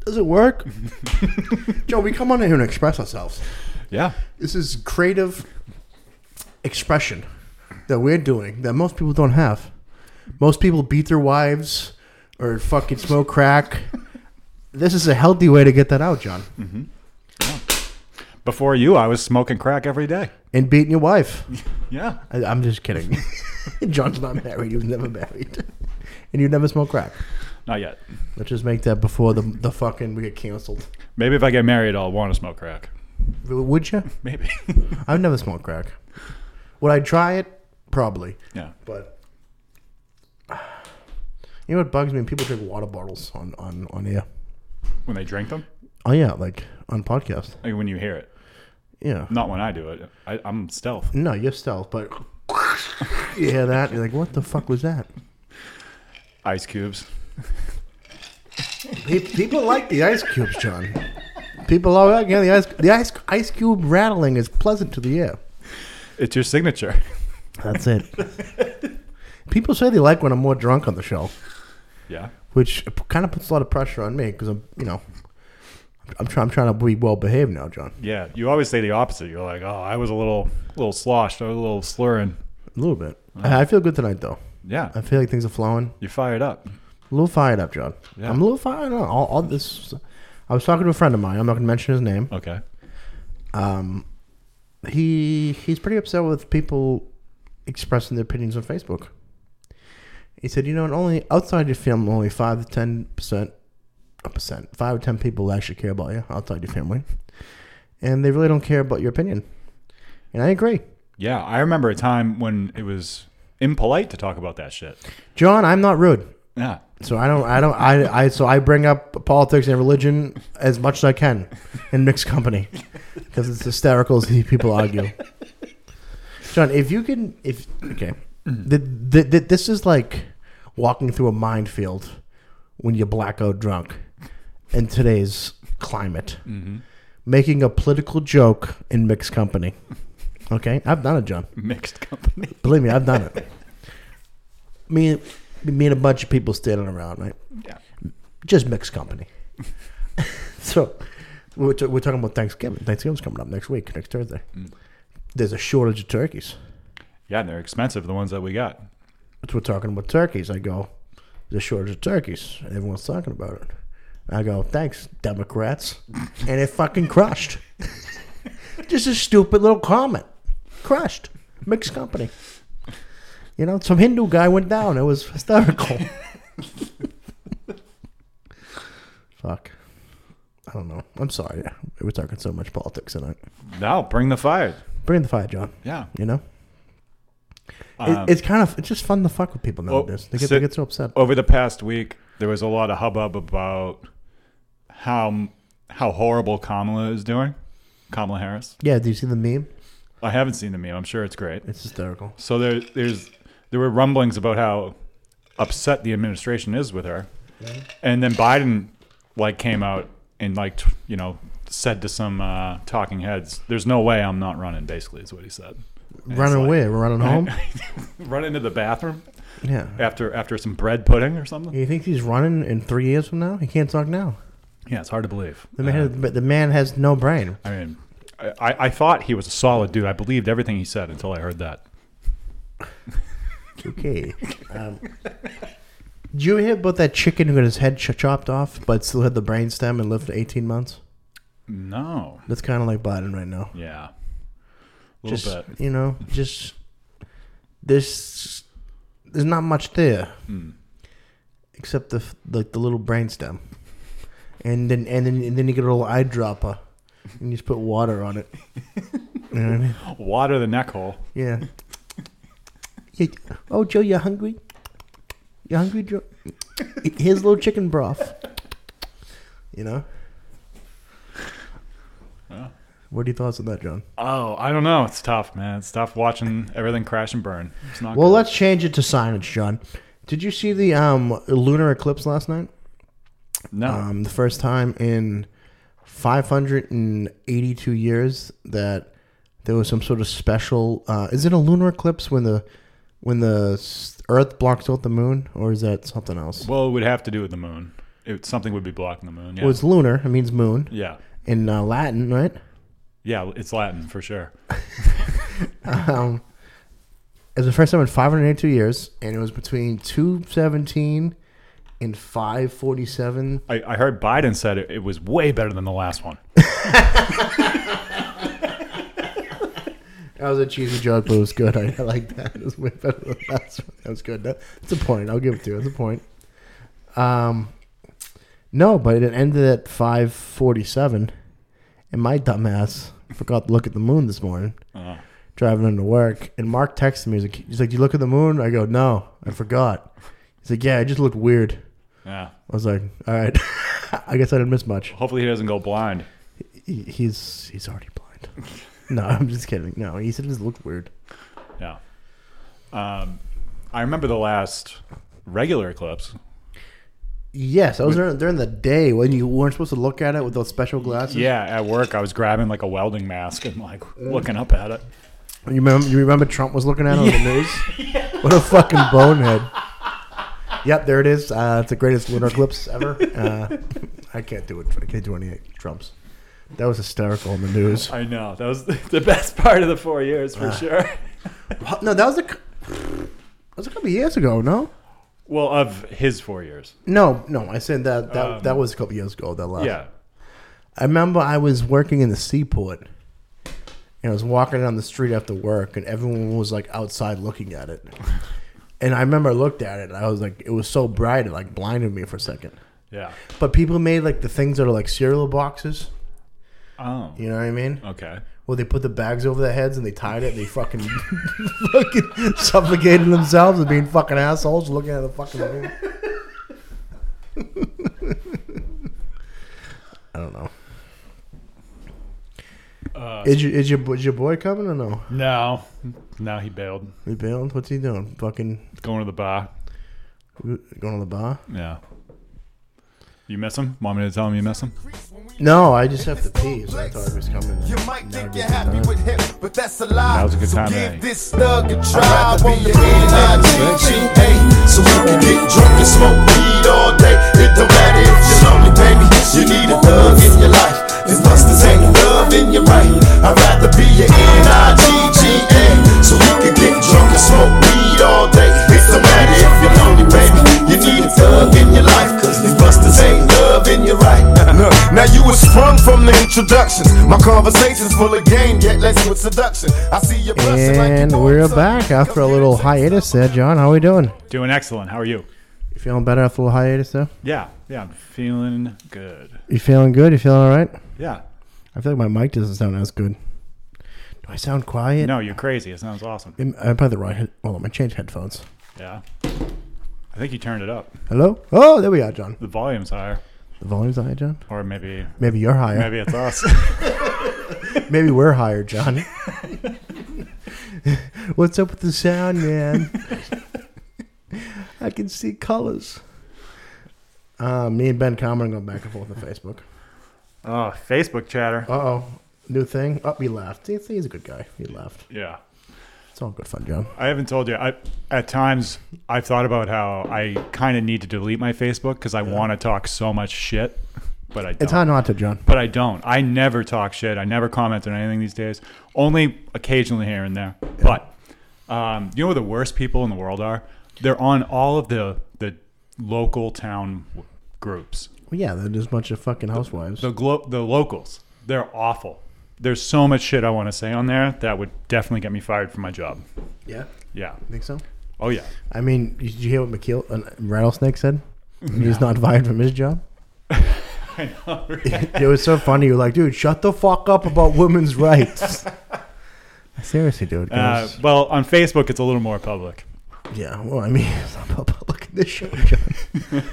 [SPEAKER 3] does it
[SPEAKER 4] [LAUGHS]
[SPEAKER 3] work? [LAUGHS] Joe, we come on here and express ourselves.
[SPEAKER 4] Yeah.
[SPEAKER 3] This is creative expression that we're doing that most people don't have. Most people beat their wives or fucking smoke
[SPEAKER 4] [LAUGHS]
[SPEAKER 3] crack. This is a healthy way to get that out, John.
[SPEAKER 4] Hmm. Before you, I was smoking crack every day.
[SPEAKER 3] And beating your wife.
[SPEAKER 4] Yeah.
[SPEAKER 3] I, I'm just kidding. [LAUGHS] John's not married. He was never married, and you never smoke crack.
[SPEAKER 4] Not yet.
[SPEAKER 3] Let's just make that before the the fucking we get canceled.
[SPEAKER 4] Maybe if I get married, I'll want to smoke crack.
[SPEAKER 3] Really, Would you?
[SPEAKER 4] Maybe. [LAUGHS]
[SPEAKER 3] I've never smoked crack. Would I try it? Probably,
[SPEAKER 4] yeah.
[SPEAKER 3] but you know what bugs me? People drink water bottles on on on air.
[SPEAKER 4] When they drink them,
[SPEAKER 3] Oh yeah, like on podcast.
[SPEAKER 4] like when you hear it.
[SPEAKER 3] Yeah.
[SPEAKER 4] Not when I do it. I, I'm stealth.
[SPEAKER 3] No, you're stealth, but [LAUGHS] You hear that? You're like, what the fuck was that?
[SPEAKER 4] Ice cubes.
[SPEAKER 3] Pe- People like the ice cubes, John. People all like yeah, the ice the ice ice cube rattling is pleasant to the ear.
[SPEAKER 4] It's your signature. [LAUGHS]
[SPEAKER 3] That's it. People say they like when I'm more drunk on the show,
[SPEAKER 4] Yeah.
[SPEAKER 3] which kind of puts a lot of pressure on me because I'm you know I'm trying I'm trying to be well behaved now, John.
[SPEAKER 4] Yeah. You always say the opposite. You're like, oh, I was a little, little sloshed. I was a little slurring.
[SPEAKER 3] A little bit. I, I feel good tonight though.
[SPEAKER 4] Yeah.
[SPEAKER 3] I feel like things are flowing.
[SPEAKER 4] You're fired up.
[SPEAKER 3] A little fired up, John.
[SPEAKER 4] Yeah.
[SPEAKER 3] I'm a little fired up. All, all this. I was talking to a friend of mine. I'm not going to mention his name.
[SPEAKER 4] Okay.
[SPEAKER 3] Um, he he's pretty upset with people expressing their opinions on Facebook. He said, you know, and only outside your family, only five to ten percent, a percent, five to ten people actually care about you outside your family, and they really don't care about your opinion. And I agree,
[SPEAKER 4] Yeah. I remember a time when it was impolite to talk about that shit.
[SPEAKER 3] John. I'm not rude.
[SPEAKER 4] Yeah. [LAUGHS]
[SPEAKER 3] So I don't, I don't, I, I, so I bring up politics and religion as much as I can in mixed company because it's hysterical as these people argue. John, if you can, if okay, the, the, the, this is like walking through a minefield when you're blackout drunk in today's climate, making a political joke in mixed company. Okay, I've done it, John.
[SPEAKER 4] Mixed company.
[SPEAKER 3] Believe me, I've done it. me, and- me and a bunch of people standing around, right?
[SPEAKER 4] Yeah.
[SPEAKER 3] Just mixed company. [LAUGHS] so we're, t- we're talking about Thanksgiving. Thanksgiving's coming up next week, next Thursday. There's a shortage of turkeys.
[SPEAKER 4] Yeah. And they're expensive, the ones that we got.
[SPEAKER 3] So we're talking about turkeys. I go, there's a shortage of turkeys. And everyone's talking about it. I go, thanks, Democrats. and it fucking crushed. [LAUGHS] Just a stupid little comment. Crushed. Mixed company. You know, some Hindu guy went down. It was hysterical. [LAUGHS] Fuck. I don't know. I'm sorry. We were talking so much politics tonight.
[SPEAKER 4] Now bring the fire.
[SPEAKER 3] Bring the fire, John.
[SPEAKER 4] Yeah.
[SPEAKER 3] You know? It-
[SPEAKER 4] Um,
[SPEAKER 3] it's kind of, it's just fun to fuck with people
[SPEAKER 4] well,
[SPEAKER 3] nowadays. they, get,
[SPEAKER 4] so- oh.
[SPEAKER 3] they get so upset.
[SPEAKER 4] over the past week, there was a lot of hubbub about how how horrible Kamala is doing. Kamala Harris.
[SPEAKER 3] Yeah, do you see the meme?
[SPEAKER 4] I haven't seen the meme. I'm sure it's great.
[SPEAKER 3] It's hysterical.
[SPEAKER 4] So there, there's there were rumblings about how upset the administration is with her,
[SPEAKER 3] Mm-hmm.
[SPEAKER 4] and then Biden like came out and like t- you know said to some uh, talking heads, "There's no way I'm not running." Basically, is what he said.
[SPEAKER 3] running away, we're running
[SPEAKER 4] [LAUGHS]
[SPEAKER 3] home.
[SPEAKER 4] Run into the bathroom
[SPEAKER 3] Yeah.
[SPEAKER 4] after after some bread pudding or something.
[SPEAKER 3] You think he's running in three years from now? He can't talk now.
[SPEAKER 4] Yeah, it's hard to believe.
[SPEAKER 3] The man,
[SPEAKER 4] Uh.
[SPEAKER 3] but the man has no brain.
[SPEAKER 4] I mean, I, I I thought he was a solid dude. I believed everything he said until I heard that. [LAUGHS]
[SPEAKER 3] Okay. Um, did you hear about that chicken who got his head ch- chopped off, but still had the brain stem and lived for 18 months?
[SPEAKER 4] No.
[SPEAKER 3] That's kind of like Biden right now.
[SPEAKER 4] Yeah. A little
[SPEAKER 3] Just
[SPEAKER 4] bit.
[SPEAKER 3] you know, just there's there's not much there,
[SPEAKER 4] Hmm.
[SPEAKER 3] except the f- like the little brain stem, and then and then and then you get a little eyedropper, and you just put water on
[SPEAKER 4] [LAUGHS]
[SPEAKER 3] it. you know what I mean?
[SPEAKER 4] Water the neck hole.
[SPEAKER 3] Yeah. Yeah. Oh, Joe, you hungry? You hungry, Joe? Here's a little chicken broth. You know. What are your thoughts on that, John?
[SPEAKER 4] Oh, I don't know. It's tough, man. It's tough watching everything crash and burn. It's not
[SPEAKER 3] Well,
[SPEAKER 4] good.
[SPEAKER 3] let's change it to signage, John. Did you see the um, lunar eclipse last night?
[SPEAKER 4] no.
[SPEAKER 3] Um, the first time in 582 years that there was some sort of special. Uh, is it a lunar eclipse when the when the s- Earth blocks out the moon, or is that something else?
[SPEAKER 4] well, it would have to do with the moon. It, something would be blocking the moon. Yeah.
[SPEAKER 3] Well, it's lunar. It means moon
[SPEAKER 4] yeah.
[SPEAKER 3] in uh, Latin, right? [LAUGHS]
[SPEAKER 4] Yeah, it's Latin for sure.
[SPEAKER 3] Um, it was the first time in 582 years, and it was between 217 and 547
[SPEAKER 4] I, I heard Biden said it, it was way better than the last one.
[SPEAKER 3] That was a cheesy joke, but it was good. [LAUGHS] I, I like that. It was way better than the last one. That was good. That, that's a point. I'll give it to you. That's a point. Um, no, but it ended at five forty-seven, and my dumbass forgot to look at the moon this morning.
[SPEAKER 4] Uh,
[SPEAKER 3] Driving into work, and Mark texted me. He's like, "He's like, do you look at the moon?" I go, "No, I forgot." He's like, "Yeah, it just looked weird."
[SPEAKER 4] yeah.
[SPEAKER 3] I was like, "All right, [LAUGHS] I guess I didn't miss much."
[SPEAKER 4] Hopefully he doesn't go blind.
[SPEAKER 3] He, [LAUGHS] he's he's already blind. no, I'm just kidding. No, he said it just looked weird.
[SPEAKER 4] Yeah. Um, I remember the last regular eclipse.
[SPEAKER 3] Yes, I was during, during the day when you weren't supposed to look at it with those special glasses.
[SPEAKER 4] Yeah, at work I was grabbing like a welding mask and like looking up at it.
[SPEAKER 3] You remember? You remember Trump was looking at it on the
[SPEAKER 4] [LAUGHS]
[SPEAKER 3] news? What a fucking bonehead! Yep, there it is. Uh, it's the greatest lunar eclipse ever.
[SPEAKER 4] [LAUGHS]
[SPEAKER 3] Uh, I can't do it. I can't do any Trumps. That was hysterical on the news.
[SPEAKER 4] I know that was [LAUGHS] the best part of the four years for sure. [LAUGHS]
[SPEAKER 3] No, that was a cou- that was a couple years ago. No,
[SPEAKER 4] Well, of his four years.
[SPEAKER 3] no, no. I said that that, that was a couple years ago. That last.
[SPEAKER 4] Um, Yeah.
[SPEAKER 3] I remember I was working in the seaport and I was walking down the street after work and everyone was like outside looking at it. And I remember I looked at it and I was like, it was so bright, it like blinded me for a second.
[SPEAKER 4] Yeah.
[SPEAKER 3] But people made like the things that are like cereal boxes.
[SPEAKER 4] Oh.
[SPEAKER 3] You know what I mean?
[SPEAKER 4] Okay.
[SPEAKER 3] Where they put the bags over their heads and they tied it and they fucking [LAUGHS] fucking suffocated themselves and being fucking assholes looking at the fucking moon. I don't know. is your is your is your boy coming or no?
[SPEAKER 4] No. No, he bailed.
[SPEAKER 3] He bailed. What's he doing? Fucking
[SPEAKER 4] Going to the bar.
[SPEAKER 3] going to the bar?
[SPEAKER 4] Yeah. You miss him? Want me to tell him you miss him?
[SPEAKER 3] No, I just have to pee. So I thought he was coming.
[SPEAKER 1] You might think you're
[SPEAKER 3] good
[SPEAKER 1] happy with him,
[SPEAKER 3] uh,
[SPEAKER 1] but that's a lie.
[SPEAKER 4] That was a good
[SPEAKER 1] so
[SPEAKER 4] time, eh?
[SPEAKER 1] give this thug a try. I
[SPEAKER 2] rather be
[SPEAKER 1] won't
[SPEAKER 2] your
[SPEAKER 1] be
[SPEAKER 2] enemy
[SPEAKER 1] So you can get drunk and smoke weed all day. It don't matter if you're lonely, baby. You need a thug in your life. As much as ain't love in your right. I'd rather be your N-I-G-G-A. So you can get drunk and smoke weed all day. It don't matter if you're lonely, baby. You need a thug in your life. Cause these busters ain't love in your right. Look, now you was sprung from the introductions. My conversation's full of game, yet let's with seduction. I see you blushing like you
[SPEAKER 3] And
[SPEAKER 1] want
[SPEAKER 3] we're
[SPEAKER 1] something.
[SPEAKER 3] back after a little hiatus there, John. How we doing?
[SPEAKER 4] Doing excellent. How are you?
[SPEAKER 3] You feeling better after a little hiatus there?
[SPEAKER 4] Yeah. Yeah. I'm feeling good.
[SPEAKER 3] You feeling good? You feeling all right?
[SPEAKER 4] Yeah.
[SPEAKER 3] I feel like my mic doesn't sound as good. Do I sound quiet?
[SPEAKER 4] No, you're crazy. It sounds awesome.
[SPEAKER 3] I'm I'm probably the right. Head- well, I'm gonna change headphones.
[SPEAKER 4] Yeah. I think you turned it up.
[SPEAKER 3] Hello. Oh, there we are, John.
[SPEAKER 4] The volume's higher.
[SPEAKER 3] The volume's higher, John.
[SPEAKER 4] Or maybe
[SPEAKER 3] Maybe you're higher. Maybe,
[SPEAKER 4] maybe it's us.
[SPEAKER 3] we're higher, John. [LAUGHS] What's up with the sound, man? I can see colors. Uh, me and Ben Cameron go back and forth on Facebook.
[SPEAKER 4] [LAUGHS] oh, Facebook chatter.
[SPEAKER 3] Uh oh, new thing. Oh, he laughed. He's, he's a good guy. He laughed.
[SPEAKER 4] Yeah.
[SPEAKER 3] It's all good fun, John.
[SPEAKER 4] I haven't told you. I at times I've thought about how I kind of need to delete my Facebook because I want to talk so much shit, but I don't.
[SPEAKER 3] It's hard not to, John.
[SPEAKER 4] but I don't. I never talk shit. I never comment on anything these days. Only occasionally here and there. But um, you know what the worst people in the world are? They're on all of the the local town w- groups.
[SPEAKER 3] Well, yeah, they're just a bunch of fucking housewives.
[SPEAKER 4] The glo- the locals. They're awful. There's so much shit I want to say on there that would definitely get me fired from my job.
[SPEAKER 3] yeah,
[SPEAKER 4] Yeah.
[SPEAKER 3] think so.
[SPEAKER 4] Oh yeah. [LAUGHS]
[SPEAKER 3] I mean, did you hear what McKeel uh, Rattlesnake said? He's not fired from his job. [LAUGHS]
[SPEAKER 4] I know. right?
[SPEAKER 3] It was so funny. You're like, dude, shut the fuck up about women's
[SPEAKER 4] [LAUGHS]
[SPEAKER 3] rights. Seriously, dude.
[SPEAKER 4] Uh,
[SPEAKER 3] 'cause-
[SPEAKER 4] well, on Facebook, it's a little more public.
[SPEAKER 3] yeah, well, I mean, [LAUGHS] it's not about public at this show, John.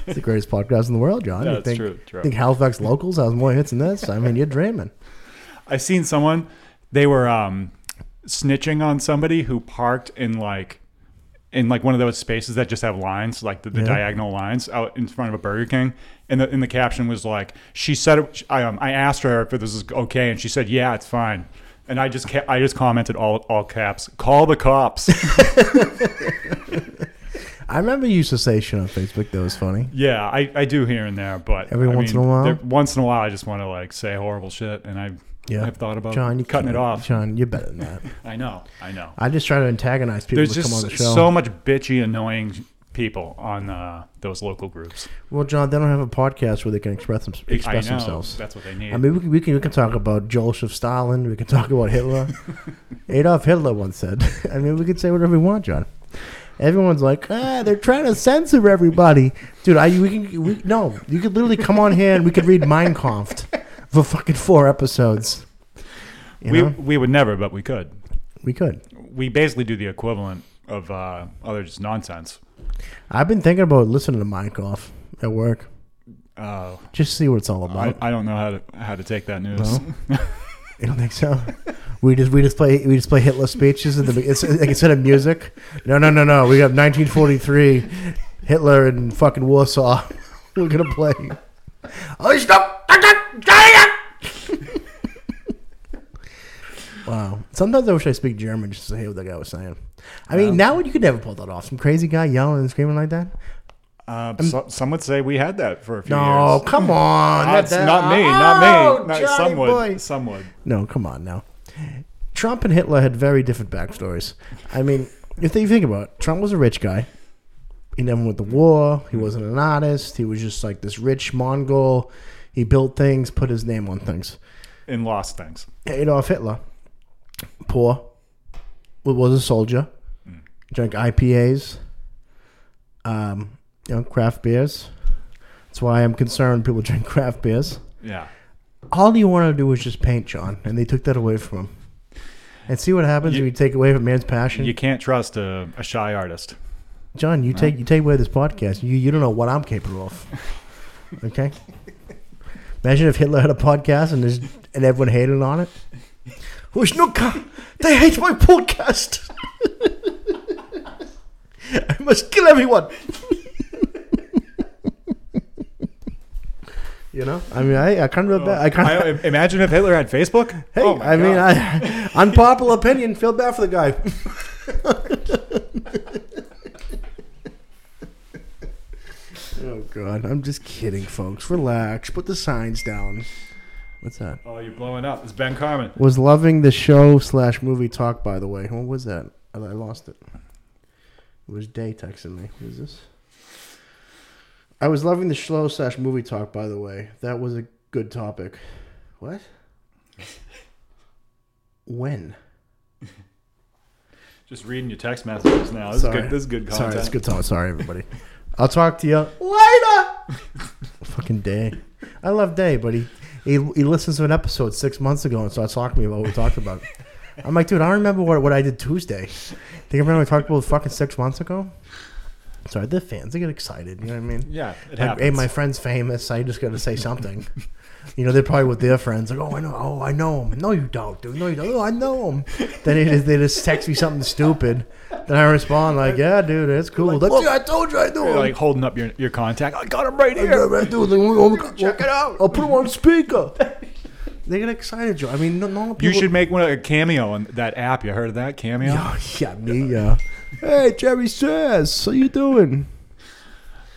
[SPEAKER 3] it's the greatest podcast in the world, John.
[SPEAKER 4] That's
[SPEAKER 3] you think,
[SPEAKER 4] true, true.
[SPEAKER 3] Think Halifax locals has more hits than this? I mean, you're dreaming.
[SPEAKER 4] I've seen someone they were um, snitching on somebody who parked in like in like one of those spaces that just have lines, like the, the
[SPEAKER 3] Yeah.
[SPEAKER 4] diagonal lines out in front of a Burger King, and the in the caption was like, "She said it, I, um, I asked her if this is okay, and she said, yeah, it's fine." And I just ca- I just commented all all caps, "Call the cops."
[SPEAKER 3] [LAUGHS] I remember you used to say shit on Facebook that was funny.
[SPEAKER 4] yeah, I, I do here and there, but
[SPEAKER 3] Every
[SPEAKER 4] I
[SPEAKER 3] once in a while?
[SPEAKER 4] there- once in a while, I just want to like say horrible shit, and I
[SPEAKER 3] Yeah,
[SPEAKER 4] I've thought about
[SPEAKER 3] John, you
[SPEAKER 4] cutting it
[SPEAKER 3] can't-
[SPEAKER 4] off.
[SPEAKER 3] John, you're better than that.
[SPEAKER 4] I know, I know.
[SPEAKER 3] I just try to antagonize people
[SPEAKER 4] There's
[SPEAKER 3] to
[SPEAKER 4] just
[SPEAKER 3] come on the show.
[SPEAKER 4] so much bitchy, annoying people on uh, those local groups.
[SPEAKER 3] Well, John, they don't have a podcast where they can express, them, express
[SPEAKER 4] I know,
[SPEAKER 3] themselves.
[SPEAKER 4] That's what they need.
[SPEAKER 3] I mean, we can, we can we can talk about Joseph Stalin. We can talk about
[SPEAKER 4] [LAUGHS]
[SPEAKER 3] Hitler. Adolf Hitler once said. [LAUGHS] I mean, we can say whatever we want, John. Everyone's like, ah, they're trying to censor everybody, dude. I we can we no, you could literally come on here and we could read Mein Kampf for fucking four episodes. You
[SPEAKER 4] we,
[SPEAKER 3] know?
[SPEAKER 4] we would never, but we could.
[SPEAKER 3] we could.
[SPEAKER 4] We basically do the equivalent of uh, other just nonsense.
[SPEAKER 3] I've been thinking about listening to Mein Kampf at work.
[SPEAKER 4] Uh,
[SPEAKER 3] Just see what it's all
[SPEAKER 4] I,
[SPEAKER 3] about.
[SPEAKER 4] I don't know how to how to take that news.
[SPEAKER 3] You don't think so? [LAUGHS] We just we just play we just play Hitler speeches in the it's, like instead of music. No no no no. We got 1943, Hitler and fucking Warsaw. [LAUGHS] We're gonna play. Oh, stop! Wow. Sometimes I wish I speak German just to hear what that guy was saying. I mean, now you could never pull that off. Some crazy guy yelling and screaming like that.
[SPEAKER 4] Uh, so, some would say we had that for a few
[SPEAKER 3] No,
[SPEAKER 4] years.
[SPEAKER 3] come on.
[SPEAKER 4] That's
[SPEAKER 3] That-
[SPEAKER 4] not me, not
[SPEAKER 3] Oh,
[SPEAKER 4] me. Not-
[SPEAKER 3] Johnny
[SPEAKER 4] some would.
[SPEAKER 3] boy.
[SPEAKER 4] Some would.
[SPEAKER 3] No, come on now. Trump and Hitler had very different backstories. I mean, if you think about it, Trump was a rich guy. He never went to war. He wasn't an artist. He was just like this rich Mongol. He built things, put his name on things.
[SPEAKER 4] And lost things.
[SPEAKER 3] Adolf Hitler, poor, wa- was a soldier, drank IPAs, um, you know, craft beers. That's why I'm concerned people [LAUGHS] drink craft beers
[SPEAKER 4] Yeah.
[SPEAKER 3] all you want to do is just paint, John, and they took that away from him. And see what happens
[SPEAKER 4] You-
[SPEAKER 3] when you take away from man's passion.
[SPEAKER 4] You can't trust a, a shy artist.
[SPEAKER 3] John, you take you take away this podcast. You you don't know what I'm capable
[SPEAKER 4] [LAUGHS]
[SPEAKER 3] of. Okay. Imagine if Hitler had a podcast and his, and everyone hated on it. Who's no ca- They hate my podcast. [LAUGHS] I must kill everyone. [LAUGHS] you know, I mean, I, I kind of I kind of
[SPEAKER 4] Oh, I, imagine if Hitler had Facebook.
[SPEAKER 3] Hey,
[SPEAKER 4] Oh my
[SPEAKER 3] I mean,
[SPEAKER 4] God.
[SPEAKER 3] I, [LAUGHS] unpopular opinion. Feel bad for the guy. [LAUGHS] oh God, I'm just kidding, folks. Relax. Put the signs down. What's that?
[SPEAKER 4] oh, you're blowing up. It's Ben Carmen.
[SPEAKER 3] Was loving the show slash movie talk. By the way, what was that? I I lost it. It was Day texting me. What is this? I was loving the show slash movie talk. By the way, that was a good topic. What? when?
[SPEAKER 4] Just reading your text messages now. This is good. This is good content.
[SPEAKER 3] Sorry, it's good time. Sorry, everybody. I'll talk to you later. Fucking day. I love day, but he, he he listens to an episode six months ago and starts talking to me about what we talked about. I'm like, dude, I don't remember what, what I did Tuesday. Think I remember we talked about fucking six months ago? Sorry, the fans, they get excited. You know what I mean?
[SPEAKER 4] Yeah, it
[SPEAKER 3] Like, hey,
[SPEAKER 4] happens.
[SPEAKER 3] my friend's famous. I just got to say something. you know, they're probably with their friends. Like, oh, I know. Oh, I know him. No, you don't, dude. No, you don't. Oh, I know him. then they just, they just text me something stupid. Then I respond like, yeah, dude, it's cool. Like, "Look, I told you I knew
[SPEAKER 4] You're
[SPEAKER 3] him.
[SPEAKER 4] like holding up your, your contact. I got him right here.
[SPEAKER 3] Yeah, man, dude, then we'll- we'll- check it out. I'll put him on
[SPEAKER 4] [LAUGHS]
[SPEAKER 3] speaker. they get excited, Joe. I mean, no, normal
[SPEAKER 4] You
[SPEAKER 3] people.
[SPEAKER 4] should make one a cameo on that app. You heard of that cameo?
[SPEAKER 3] Oh, yeah, me. Yeah. hey, Jerry says, how you doing?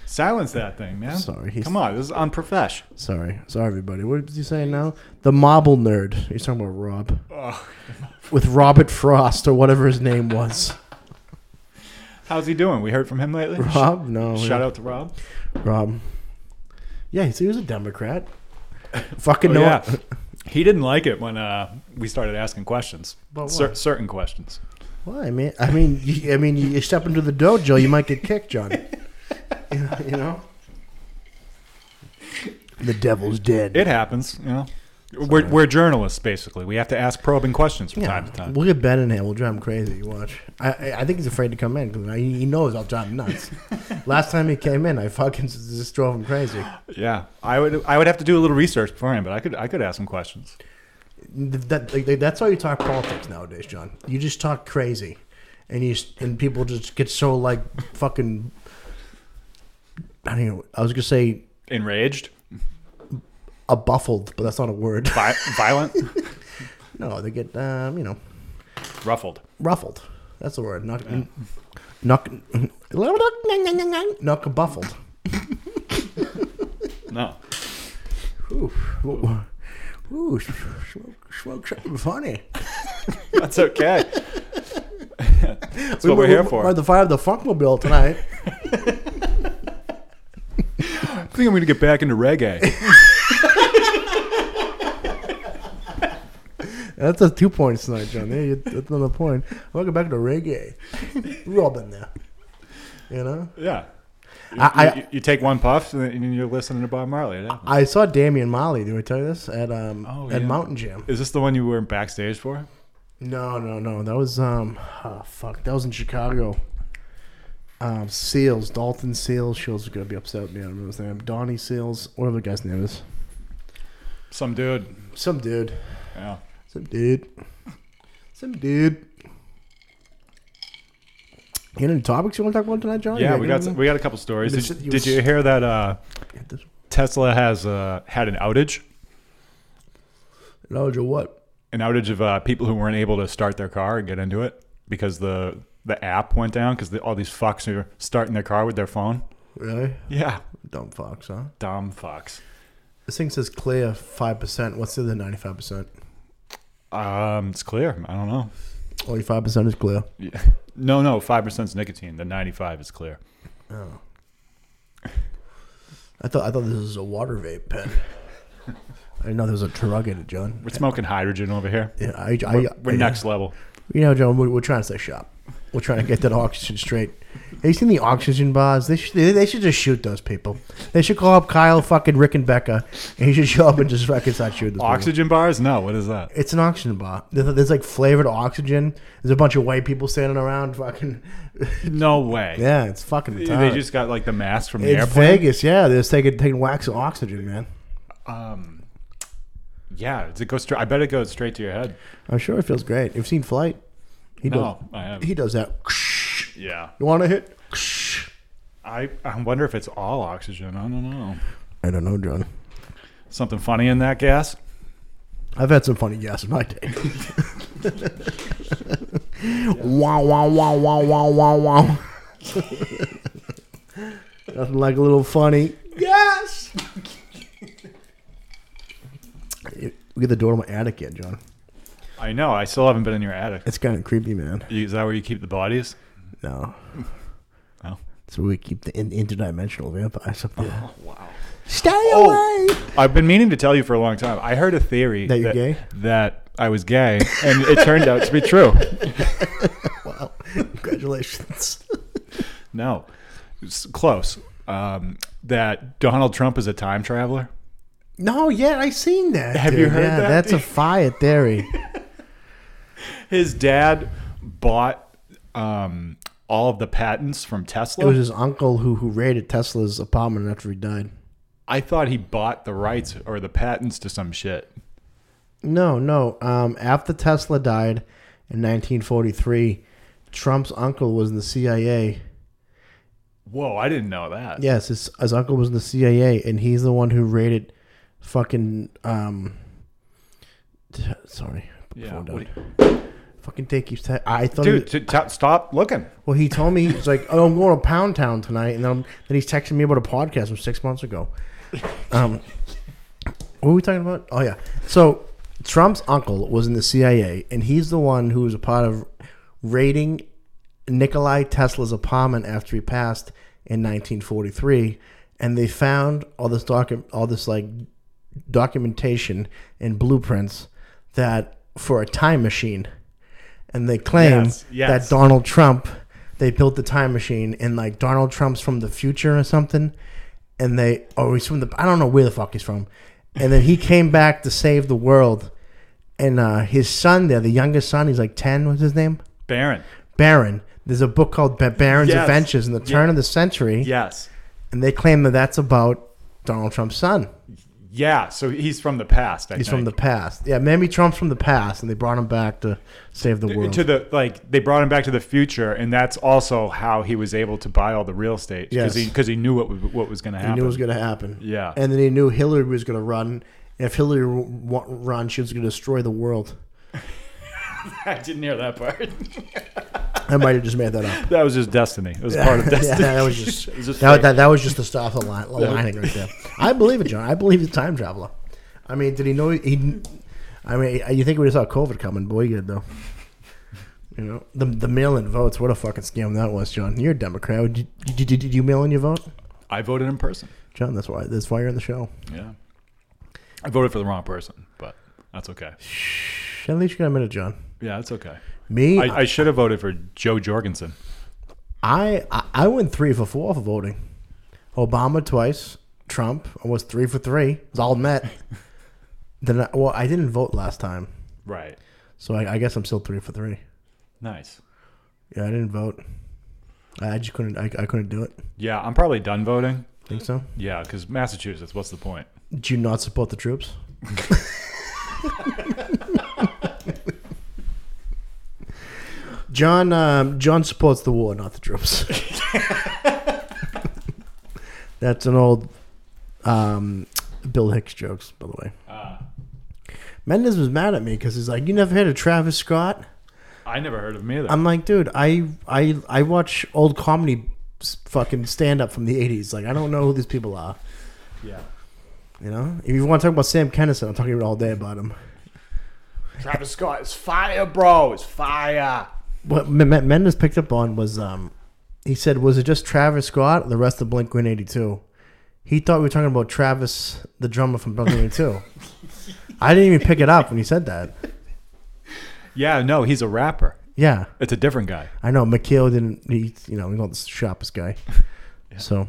[SPEAKER 4] Silence that thing, man.
[SPEAKER 3] Sorry, he's-
[SPEAKER 4] Come on, this is unprofesh.
[SPEAKER 3] Sorry, sorry, everybody. What was he saying now? The marble nerd. He's talking about Rob.
[SPEAKER 4] Oh.
[SPEAKER 3] With Robert Frost or whatever his name
[SPEAKER 4] [LAUGHS]
[SPEAKER 3] was.
[SPEAKER 4] How's he doing? We heard from him lately.
[SPEAKER 3] Rob? Oh, No.
[SPEAKER 4] Shout out to Rob.
[SPEAKER 3] Rob. Yeah, so he was a Democrat. Fucking no.
[SPEAKER 4] Oh, yeah. he didn't like it when uh, we started asking questions.
[SPEAKER 3] About
[SPEAKER 4] Cer-
[SPEAKER 3] what?
[SPEAKER 4] certain questions.
[SPEAKER 3] Why, man? I mean, you, I mean, you step into the dojo, you might get kicked,
[SPEAKER 4] [LAUGHS]
[SPEAKER 3] John. you, know, you know? The devil's dead.
[SPEAKER 4] It happens, you know. We're, we're journalists, basically. We have to ask probing questions from
[SPEAKER 3] Yeah,
[SPEAKER 4] time to time.
[SPEAKER 3] We'll get Ben in here. We'll drive him crazy. You watch. I I, I think he's afraid to come in because he he knows I'll drive him
[SPEAKER 4] [LAUGHS]
[SPEAKER 3] nuts. Last time he came in, I fucking s- just drove him crazy.
[SPEAKER 4] Yeah, I would I would have to do a little research beforehand, but I could I could ask some questions.
[SPEAKER 3] That, like, that's how you talk politics nowadays, John. You just talk crazy, and you s- and people just get so like fucking. I don't know. I was gonna say
[SPEAKER 4] Enraged,
[SPEAKER 3] a buffled, but that's not a word. [LAUGHS]
[SPEAKER 4] Vi- [LAUGHS] violent,
[SPEAKER 3] No, they get um, you know
[SPEAKER 4] ruffled.
[SPEAKER 3] ruffled. That's the word. Not knock, knock, knock, buffled.
[SPEAKER 4] No,
[SPEAKER 3] Ooh, ooh, ooh, smoke, smoke something funny.
[SPEAKER 4] that's okay. that's
[SPEAKER 3] We
[SPEAKER 4] what we're
[SPEAKER 3] were-
[SPEAKER 4] here
[SPEAKER 3] we
[SPEAKER 4] for.
[SPEAKER 3] By the fire of the Funkmobile tonight.
[SPEAKER 4] I think I'm going to get back into reggae.
[SPEAKER 3] That's a two points tonight, John. Yeah, you, that's another point. Welcome back to reggae. We've all been there. You know,
[SPEAKER 4] [LAUGHS] yeah. You,
[SPEAKER 3] I-
[SPEAKER 4] you- you take one puff and then you're listening to Bob Marley. Yeah.
[SPEAKER 3] I saw Damian Molly. Did I tell you this at um
[SPEAKER 4] Oh,
[SPEAKER 3] at
[SPEAKER 4] yeah.
[SPEAKER 3] Mountain Jam?
[SPEAKER 4] Is this the one you were backstage for?
[SPEAKER 3] No, no, no. That was um, oh, fuck. That was in Chicago. Um, Seals, Dalton Seals. Seals is gonna be upset with me. I don't remember his name. Donnie Seals, whatever the guy's name is.
[SPEAKER 4] Some dude.
[SPEAKER 3] Some dude.
[SPEAKER 4] Yeah.
[SPEAKER 3] Some dude. Some dude. You got any topics you want to talk about tonight, John?
[SPEAKER 4] Yeah,
[SPEAKER 3] You
[SPEAKER 4] we got
[SPEAKER 3] anything?
[SPEAKER 4] some, we got a couple stories.
[SPEAKER 3] Did it-
[SPEAKER 4] Did, did you hear that uh, Tesla has uh, had an outage,
[SPEAKER 3] knowledge of what?
[SPEAKER 4] an outage of uh, people who weren't able to start their car and get into it because the the app went down because all these fucks are starting their car with their phone.
[SPEAKER 3] Really?
[SPEAKER 4] Yeah,
[SPEAKER 3] Dumb fox, huh?
[SPEAKER 4] dumb fucks.
[SPEAKER 3] This thing says clear five percent. What's the other ninety five percent?
[SPEAKER 4] Um, it's clear. I don't know.
[SPEAKER 3] Only five percent is clear.
[SPEAKER 4] Yeah. No, no, five percent is nicotine. The ninety-five is clear.
[SPEAKER 3] Oh. I thought I thought this was a water vape pen. I didn't know there was a drug in it, John.
[SPEAKER 4] We're smoking hydrogen over here.
[SPEAKER 3] Yeah, I, I,
[SPEAKER 4] We're, we're
[SPEAKER 3] I-
[SPEAKER 4] next level.
[SPEAKER 3] You know, John, we're, we're trying to stay sharp. We're trying to get that oxygen straight. Have you seen the oxygen bars? They should, they they should just shoot those people. They should call up Kyle, fucking Rick, and Becca, and he should show up and just fucking start shooting. those people.
[SPEAKER 4] Oxygen bars? No, what is that?
[SPEAKER 3] It's an oxygen bar. There's, there's like flavored oxygen. There's a bunch of white people standing around, fucking. [LAUGHS]
[SPEAKER 4] No way.
[SPEAKER 3] Yeah, it's fucking.
[SPEAKER 4] They
[SPEAKER 3] retarded.
[SPEAKER 4] just got like the mask from the
[SPEAKER 3] It's
[SPEAKER 4] airplane.
[SPEAKER 3] Vegas, yeah. They're just taking taking wax of oxygen, man.
[SPEAKER 4] Um, yeah, does it go straight? I bet it goes straight to your head.
[SPEAKER 3] I'm Oh, sure it feels great. You've seen Flight? He
[SPEAKER 4] No, I
[SPEAKER 3] does. He
[SPEAKER 4] haven't.
[SPEAKER 3] does that.
[SPEAKER 4] [LAUGHS] Yeah,
[SPEAKER 3] You want to hit? [LAUGHS]
[SPEAKER 4] I, I wonder if it's all oxygen. I don't know.
[SPEAKER 3] I don't know, John.
[SPEAKER 4] Something funny in that gas.
[SPEAKER 3] I've had some funny gas in my day. [LAUGHS] wow, wow, wow, wow, wow, wow, wow. [LAUGHS] Nothing like a little funny. Yes! we get the door to my attic yet, John.
[SPEAKER 4] I know. I still haven't been in your attic.
[SPEAKER 3] It's kind of creepy, man.
[SPEAKER 4] You- Is that where you keep the bodies?
[SPEAKER 3] No.
[SPEAKER 4] Oh.
[SPEAKER 3] So we keep the in- interdimensional vampires up there.
[SPEAKER 4] Wow.
[SPEAKER 3] Stay
[SPEAKER 4] Oh.
[SPEAKER 3] away!
[SPEAKER 4] I've been meaning to tell you for a long time. I heard a theory
[SPEAKER 3] That you're gay?
[SPEAKER 4] that I was gay, and it turned out to be
[SPEAKER 3] [LAUGHS]
[SPEAKER 4] true.
[SPEAKER 3] Wow. Congratulations. [LAUGHS]
[SPEAKER 4] No, it's close. Um, that Donald Trump is a time traveler.
[SPEAKER 3] no, yeah, I seen that.
[SPEAKER 4] Have you
[SPEAKER 3] dude.
[SPEAKER 4] heard
[SPEAKER 3] Yeah,
[SPEAKER 4] that?
[SPEAKER 3] That's a fire
[SPEAKER 4] [LAUGHS]
[SPEAKER 3] theory.
[SPEAKER 4] His dad bought um, all of the patents from Tesla.
[SPEAKER 3] It was his uncle who who raided Tesla's apartment after he died.
[SPEAKER 4] I thought he bought the rights or the patents to some shit.
[SPEAKER 3] No, no. Um, after Tesla died in 1943, Trump's uncle was in the CIA.
[SPEAKER 4] Whoa, I didn't know that.
[SPEAKER 3] Yes, his, his uncle was in the CIA, and he's the one who raided fucking. Um, t- sorry. put the
[SPEAKER 4] Yeah,
[SPEAKER 3] phone down.
[SPEAKER 4] what do
[SPEAKER 3] Fucking take keeps. ta- I thought. he-
[SPEAKER 4] Dude, t- t- stop looking.
[SPEAKER 3] well, he told me he's like, "Oh, I'm going to Pound Town tonight," and then, I'm- then he's texting me about a podcast from six months ago. Um, what were we talking about? Oh yeah, so Trump's uncle was in the CIA, and he's the one who was a part of raiding Nikolai Tesla's apartment after he passed in 1943, and they found all this docu- all this like documentation and blueprints that for a time machine, and they claim
[SPEAKER 4] Yes, yes.
[SPEAKER 3] that Donald Trump they built the time machine and like Donald Trump's from the future or something, and they or he's from the I don't know where the fuck he's from, and then he came back to save the world, and uh, his son there, the youngest son, he's like ten, was his name.
[SPEAKER 4] Baron.
[SPEAKER 3] Baron. There's a book called Ba- Baron's
[SPEAKER 4] Yes.
[SPEAKER 3] Adventures in the turn
[SPEAKER 4] Yeah.
[SPEAKER 3] of the century,
[SPEAKER 4] Yes.
[SPEAKER 3] and they claim that that's about Donald Trump's son.
[SPEAKER 4] Yeah, so he's from the past. I
[SPEAKER 3] He's
[SPEAKER 4] think.
[SPEAKER 3] from the past. Yeah, maybe Trump's from the past, and they brought him back to save the world.
[SPEAKER 4] to the like they brought him back to the future, and that's also how he was able to buy all the real estate because
[SPEAKER 3] Yes.
[SPEAKER 4] he because he knew what w- what was going to
[SPEAKER 3] he
[SPEAKER 4] happen.
[SPEAKER 3] knew it was going to happen.
[SPEAKER 4] Yeah.
[SPEAKER 3] and then he knew Hillary was going to run. And if Hillary w- wa- run, she was going to destroy the world.
[SPEAKER 4] I didn't hear that part.
[SPEAKER 3] I might have just made that up.
[SPEAKER 4] [LAUGHS] that was just destiny. It was part
[SPEAKER 3] [LAUGHS]
[SPEAKER 4] of
[SPEAKER 3] yeah,
[SPEAKER 4] destiny.
[SPEAKER 3] that was just,
[SPEAKER 4] [LAUGHS] It was just
[SPEAKER 3] that,
[SPEAKER 4] fate.
[SPEAKER 3] that, that was just the stop the line, lining right there. I believe it, John. I believe he's a time traveler. I mean, did he know he? he- I mean, uh, you think we just saw COVID coming? Boy, good though. You know the the mail-in votes. What a fucking scam that was, John. You're a Democrat. Did, did, did, did you mail in your vote,
[SPEAKER 4] I voted in person.
[SPEAKER 3] John? That's why. That's why you're on the show.
[SPEAKER 4] Yeah, I voted for the wrong person, but that's okay.
[SPEAKER 3] At least you got a minute, John.
[SPEAKER 4] Yeah, it's okay.
[SPEAKER 3] Me,
[SPEAKER 4] I, I should have voted for Joe Jorgensen.
[SPEAKER 3] I I- I went three for four for voting. Obama twice, Trump I was three for three. It was all met. then I, well, I didn't vote last time,
[SPEAKER 4] Right.
[SPEAKER 3] so I, I guess I'm still three for three.
[SPEAKER 4] Nice.
[SPEAKER 3] Yeah, I didn't vote. I I just couldn't. I, I couldn't do it.
[SPEAKER 4] Yeah, I'm probably done voting.
[SPEAKER 3] Think so?
[SPEAKER 4] Yeah, because Massachusetts. What's the point?
[SPEAKER 3] Do you not support the troops? John um, John supports the war, not the troops. [LAUGHS] That's an old um, Bill Hicks jokes, by the way. Mendez was mad at me because he's like, "You never heard of Travis Scott?"
[SPEAKER 4] I never heard of him either.
[SPEAKER 3] I'm like, dude, I I I watch old comedy, s- fucking stand up from the '80s. Like, I don't know who these people are.
[SPEAKER 4] yeah.
[SPEAKER 3] You know, if you want to talk about Sam Kennison, I'm talking all day about him.
[SPEAKER 5] Travis Scott is fire, bro. It's fire.
[SPEAKER 3] What M- M- Mendes picked up on was, um, he said, was it just Travis Scott or the rest of Blink 182? He thought we were talking about Travis, the drummer from Blink 182. I didn't even pick it up when he said that.
[SPEAKER 4] Yeah, no, he's a rapper.
[SPEAKER 3] Yeah,
[SPEAKER 4] It's a different guy.
[SPEAKER 3] I know. McKeel didn't, he, you know, he's not the sharpest guy. So,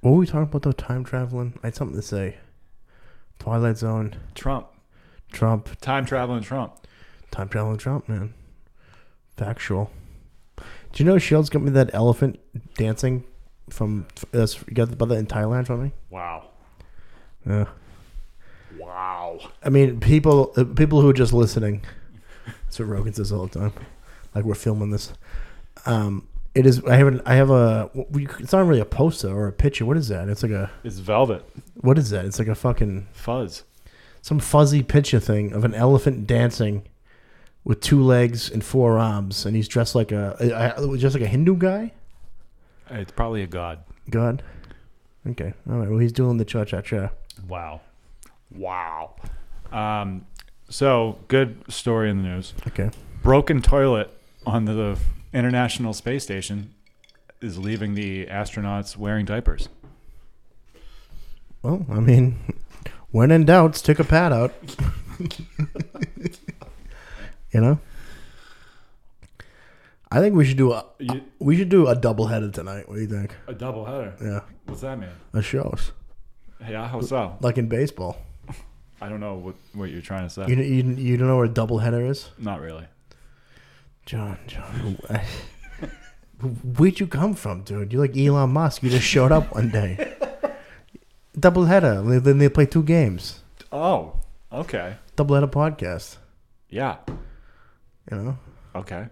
[SPEAKER 3] what were we talking about though? Time traveling? I had something to say. Twilight Zone,
[SPEAKER 4] Trump.
[SPEAKER 3] Trump,
[SPEAKER 4] Time traveling Trump.
[SPEAKER 3] Time traveling Trump, man. Factual. Do you know Shields got me that elephant dancing from that's you got the brother in Thailand from me?
[SPEAKER 4] Wow.
[SPEAKER 3] Yeah.
[SPEAKER 5] Wow.
[SPEAKER 3] I mean, people uh, people who are just listening. That's what Rogan says all the time. Like we're filming this. Um, it is. I haven't. I have a. we- It's not really a poster or a picture. What is that? It's like a.
[SPEAKER 4] It's velvet.
[SPEAKER 3] What is that? It's like a fucking
[SPEAKER 4] Fuzz.
[SPEAKER 3] some fuzzy picture thing of an elephant dancing with two legs and four arms, and he's dressed like a I- I- just like a Hindu guy.
[SPEAKER 4] It's probably a god.
[SPEAKER 3] God. Okay. All right. Well, he's doing the cha cha cha.
[SPEAKER 4] Wow.
[SPEAKER 5] Wow.
[SPEAKER 4] Um, so good story in the news.
[SPEAKER 3] Okay.
[SPEAKER 4] Broken toilet on the International Space Station is leaving the astronauts wearing diapers.
[SPEAKER 3] Well, I mean, [LAUGHS] when in doubt, stick a pad out. [LAUGHS] you know. I think we should do a
[SPEAKER 4] You-
[SPEAKER 3] we should do a double header tonight. What do you think?
[SPEAKER 4] A double header.
[SPEAKER 3] Yeah,
[SPEAKER 4] What's that mean?
[SPEAKER 3] a shows
[SPEAKER 4] Yeah, how so?
[SPEAKER 3] like in baseball.
[SPEAKER 4] I don't know what, what you're trying to say.
[SPEAKER 3] You you you don't know what a double header is?
[SPEAKER 4] Not really.
[SPEAKER 3] John, John, wh- [LAUGHS] where'd you come from, dude? You're like Elon Musk. You just showed up one day. [LAUGHS] Double header. Then they play two games.
[SPEAKER 4] Oh, okay.
[SPEAKER 3] Double header podcast.
[SPEAKER 4] Yeah.
[SPEAKER 3] You know? [LAUGHS]
[SPEAKER 4] Okay.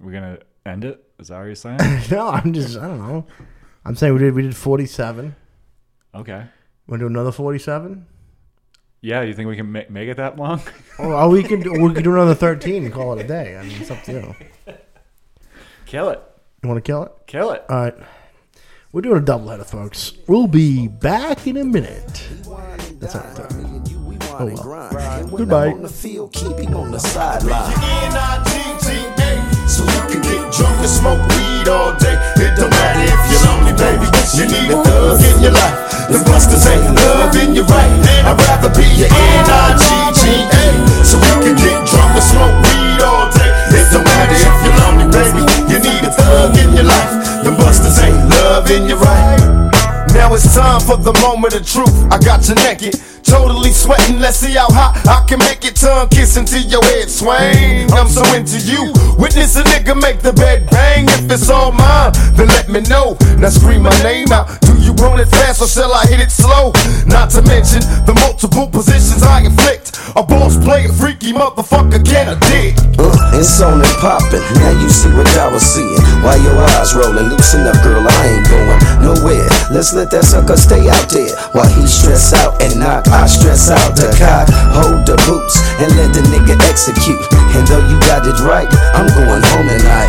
[SPEAKER 4] We're gonna end it. Is that what you're saying?
[SPEAKER 3] [LAUGHS] No, I'm just. I don't know. I'm saying we did. We did 47.
[SPEAKER 4] okay.
[SPEAKER 3] Want to do another 47?
[SPEAKER 4] Yeah, you think we can make, make it that long?
[SPEAKER 3] Or, or we can do. We could do another 13 and call it a day. I mean, it's up to you.
[SPEAKER 4] Kill it.
[SPEAKER 3] You want to kill it?
[SPEAKER 4] Kill it.
[SPEAKER 3] All right. We're doing a double header, folks. We'll be back in a minute. That's all right.
[SPEAKER 2] Me and you, we want
[SPEAKER 3] Oh, well.
[SPEAKER 2] and grind. And when
[SPEAKER 3] Goodbye.
[SPEAKER 2] I'm on the field, keep him on the sideline.
[SPEAKER 1] N-I-G-G-A. So you can get drunk and smoke weed all day. It don't matter if you're lonely, baby. You need a thug in your life. The busters ain't loving you right. I'd rather be your N-I-G-G-A. So you can get drunk and smoke weed all day. It don't matter if you're lonely, baby. You need a thug in your life. The busters ain't loving you right. Now it's time for the moment of truth. I got you naked, totally sweating. Let's see how hot I can make it. Tongue kissing to your head swing. I'm so into you. Witness a nigga make the bed bang. If it's all mine, then let me know. Now scream my name out. Do you want it fast or shall I hit it slow? Not to mention the multiple positions I inflict. A boss player, freaky motherfucker, can I dig?
[SPEAKER 2] Uh, it's on and popping. Now you see what I was seeing. While your eyes rolling, loosen up, girl. I ain't going nowhere. Let's let that sucker stay out there while he stress out and knock. I stress out the cock, hold the boots, and let the nigga execute. And though you got it right, I'm going home tonight.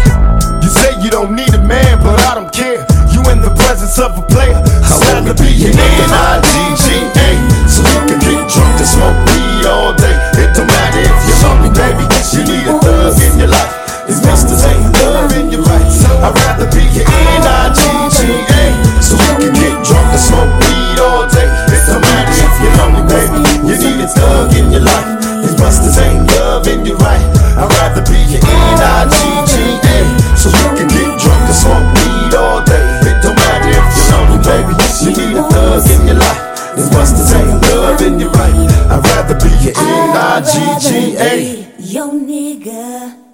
[SPEAKER 1] You say you don't need a man, but I don't care. You in the presence of a player. It's time to be an N-I-G-G-A. So you can get drunk and smoke weed all day. It don't matter if you're lonely, baby. You need a thug in your life. It's masters ain't love in your rights. I'd rather be an N-I-G-G-A. So you can get drunk and smoke weed all day. It don't matter if you're lonely, baby. You need a thug in your life. It's masters ain't love in your right. I'd rather be an N-I-G-G-A. So you can get drunk and smoke weed all day. It don't matter if you're lonely, baby. You need a thug in your life. It's busters ain't love in your right. I'd rather be an N-I-G-G-A.
[SPEAKER 6] Yo nigga.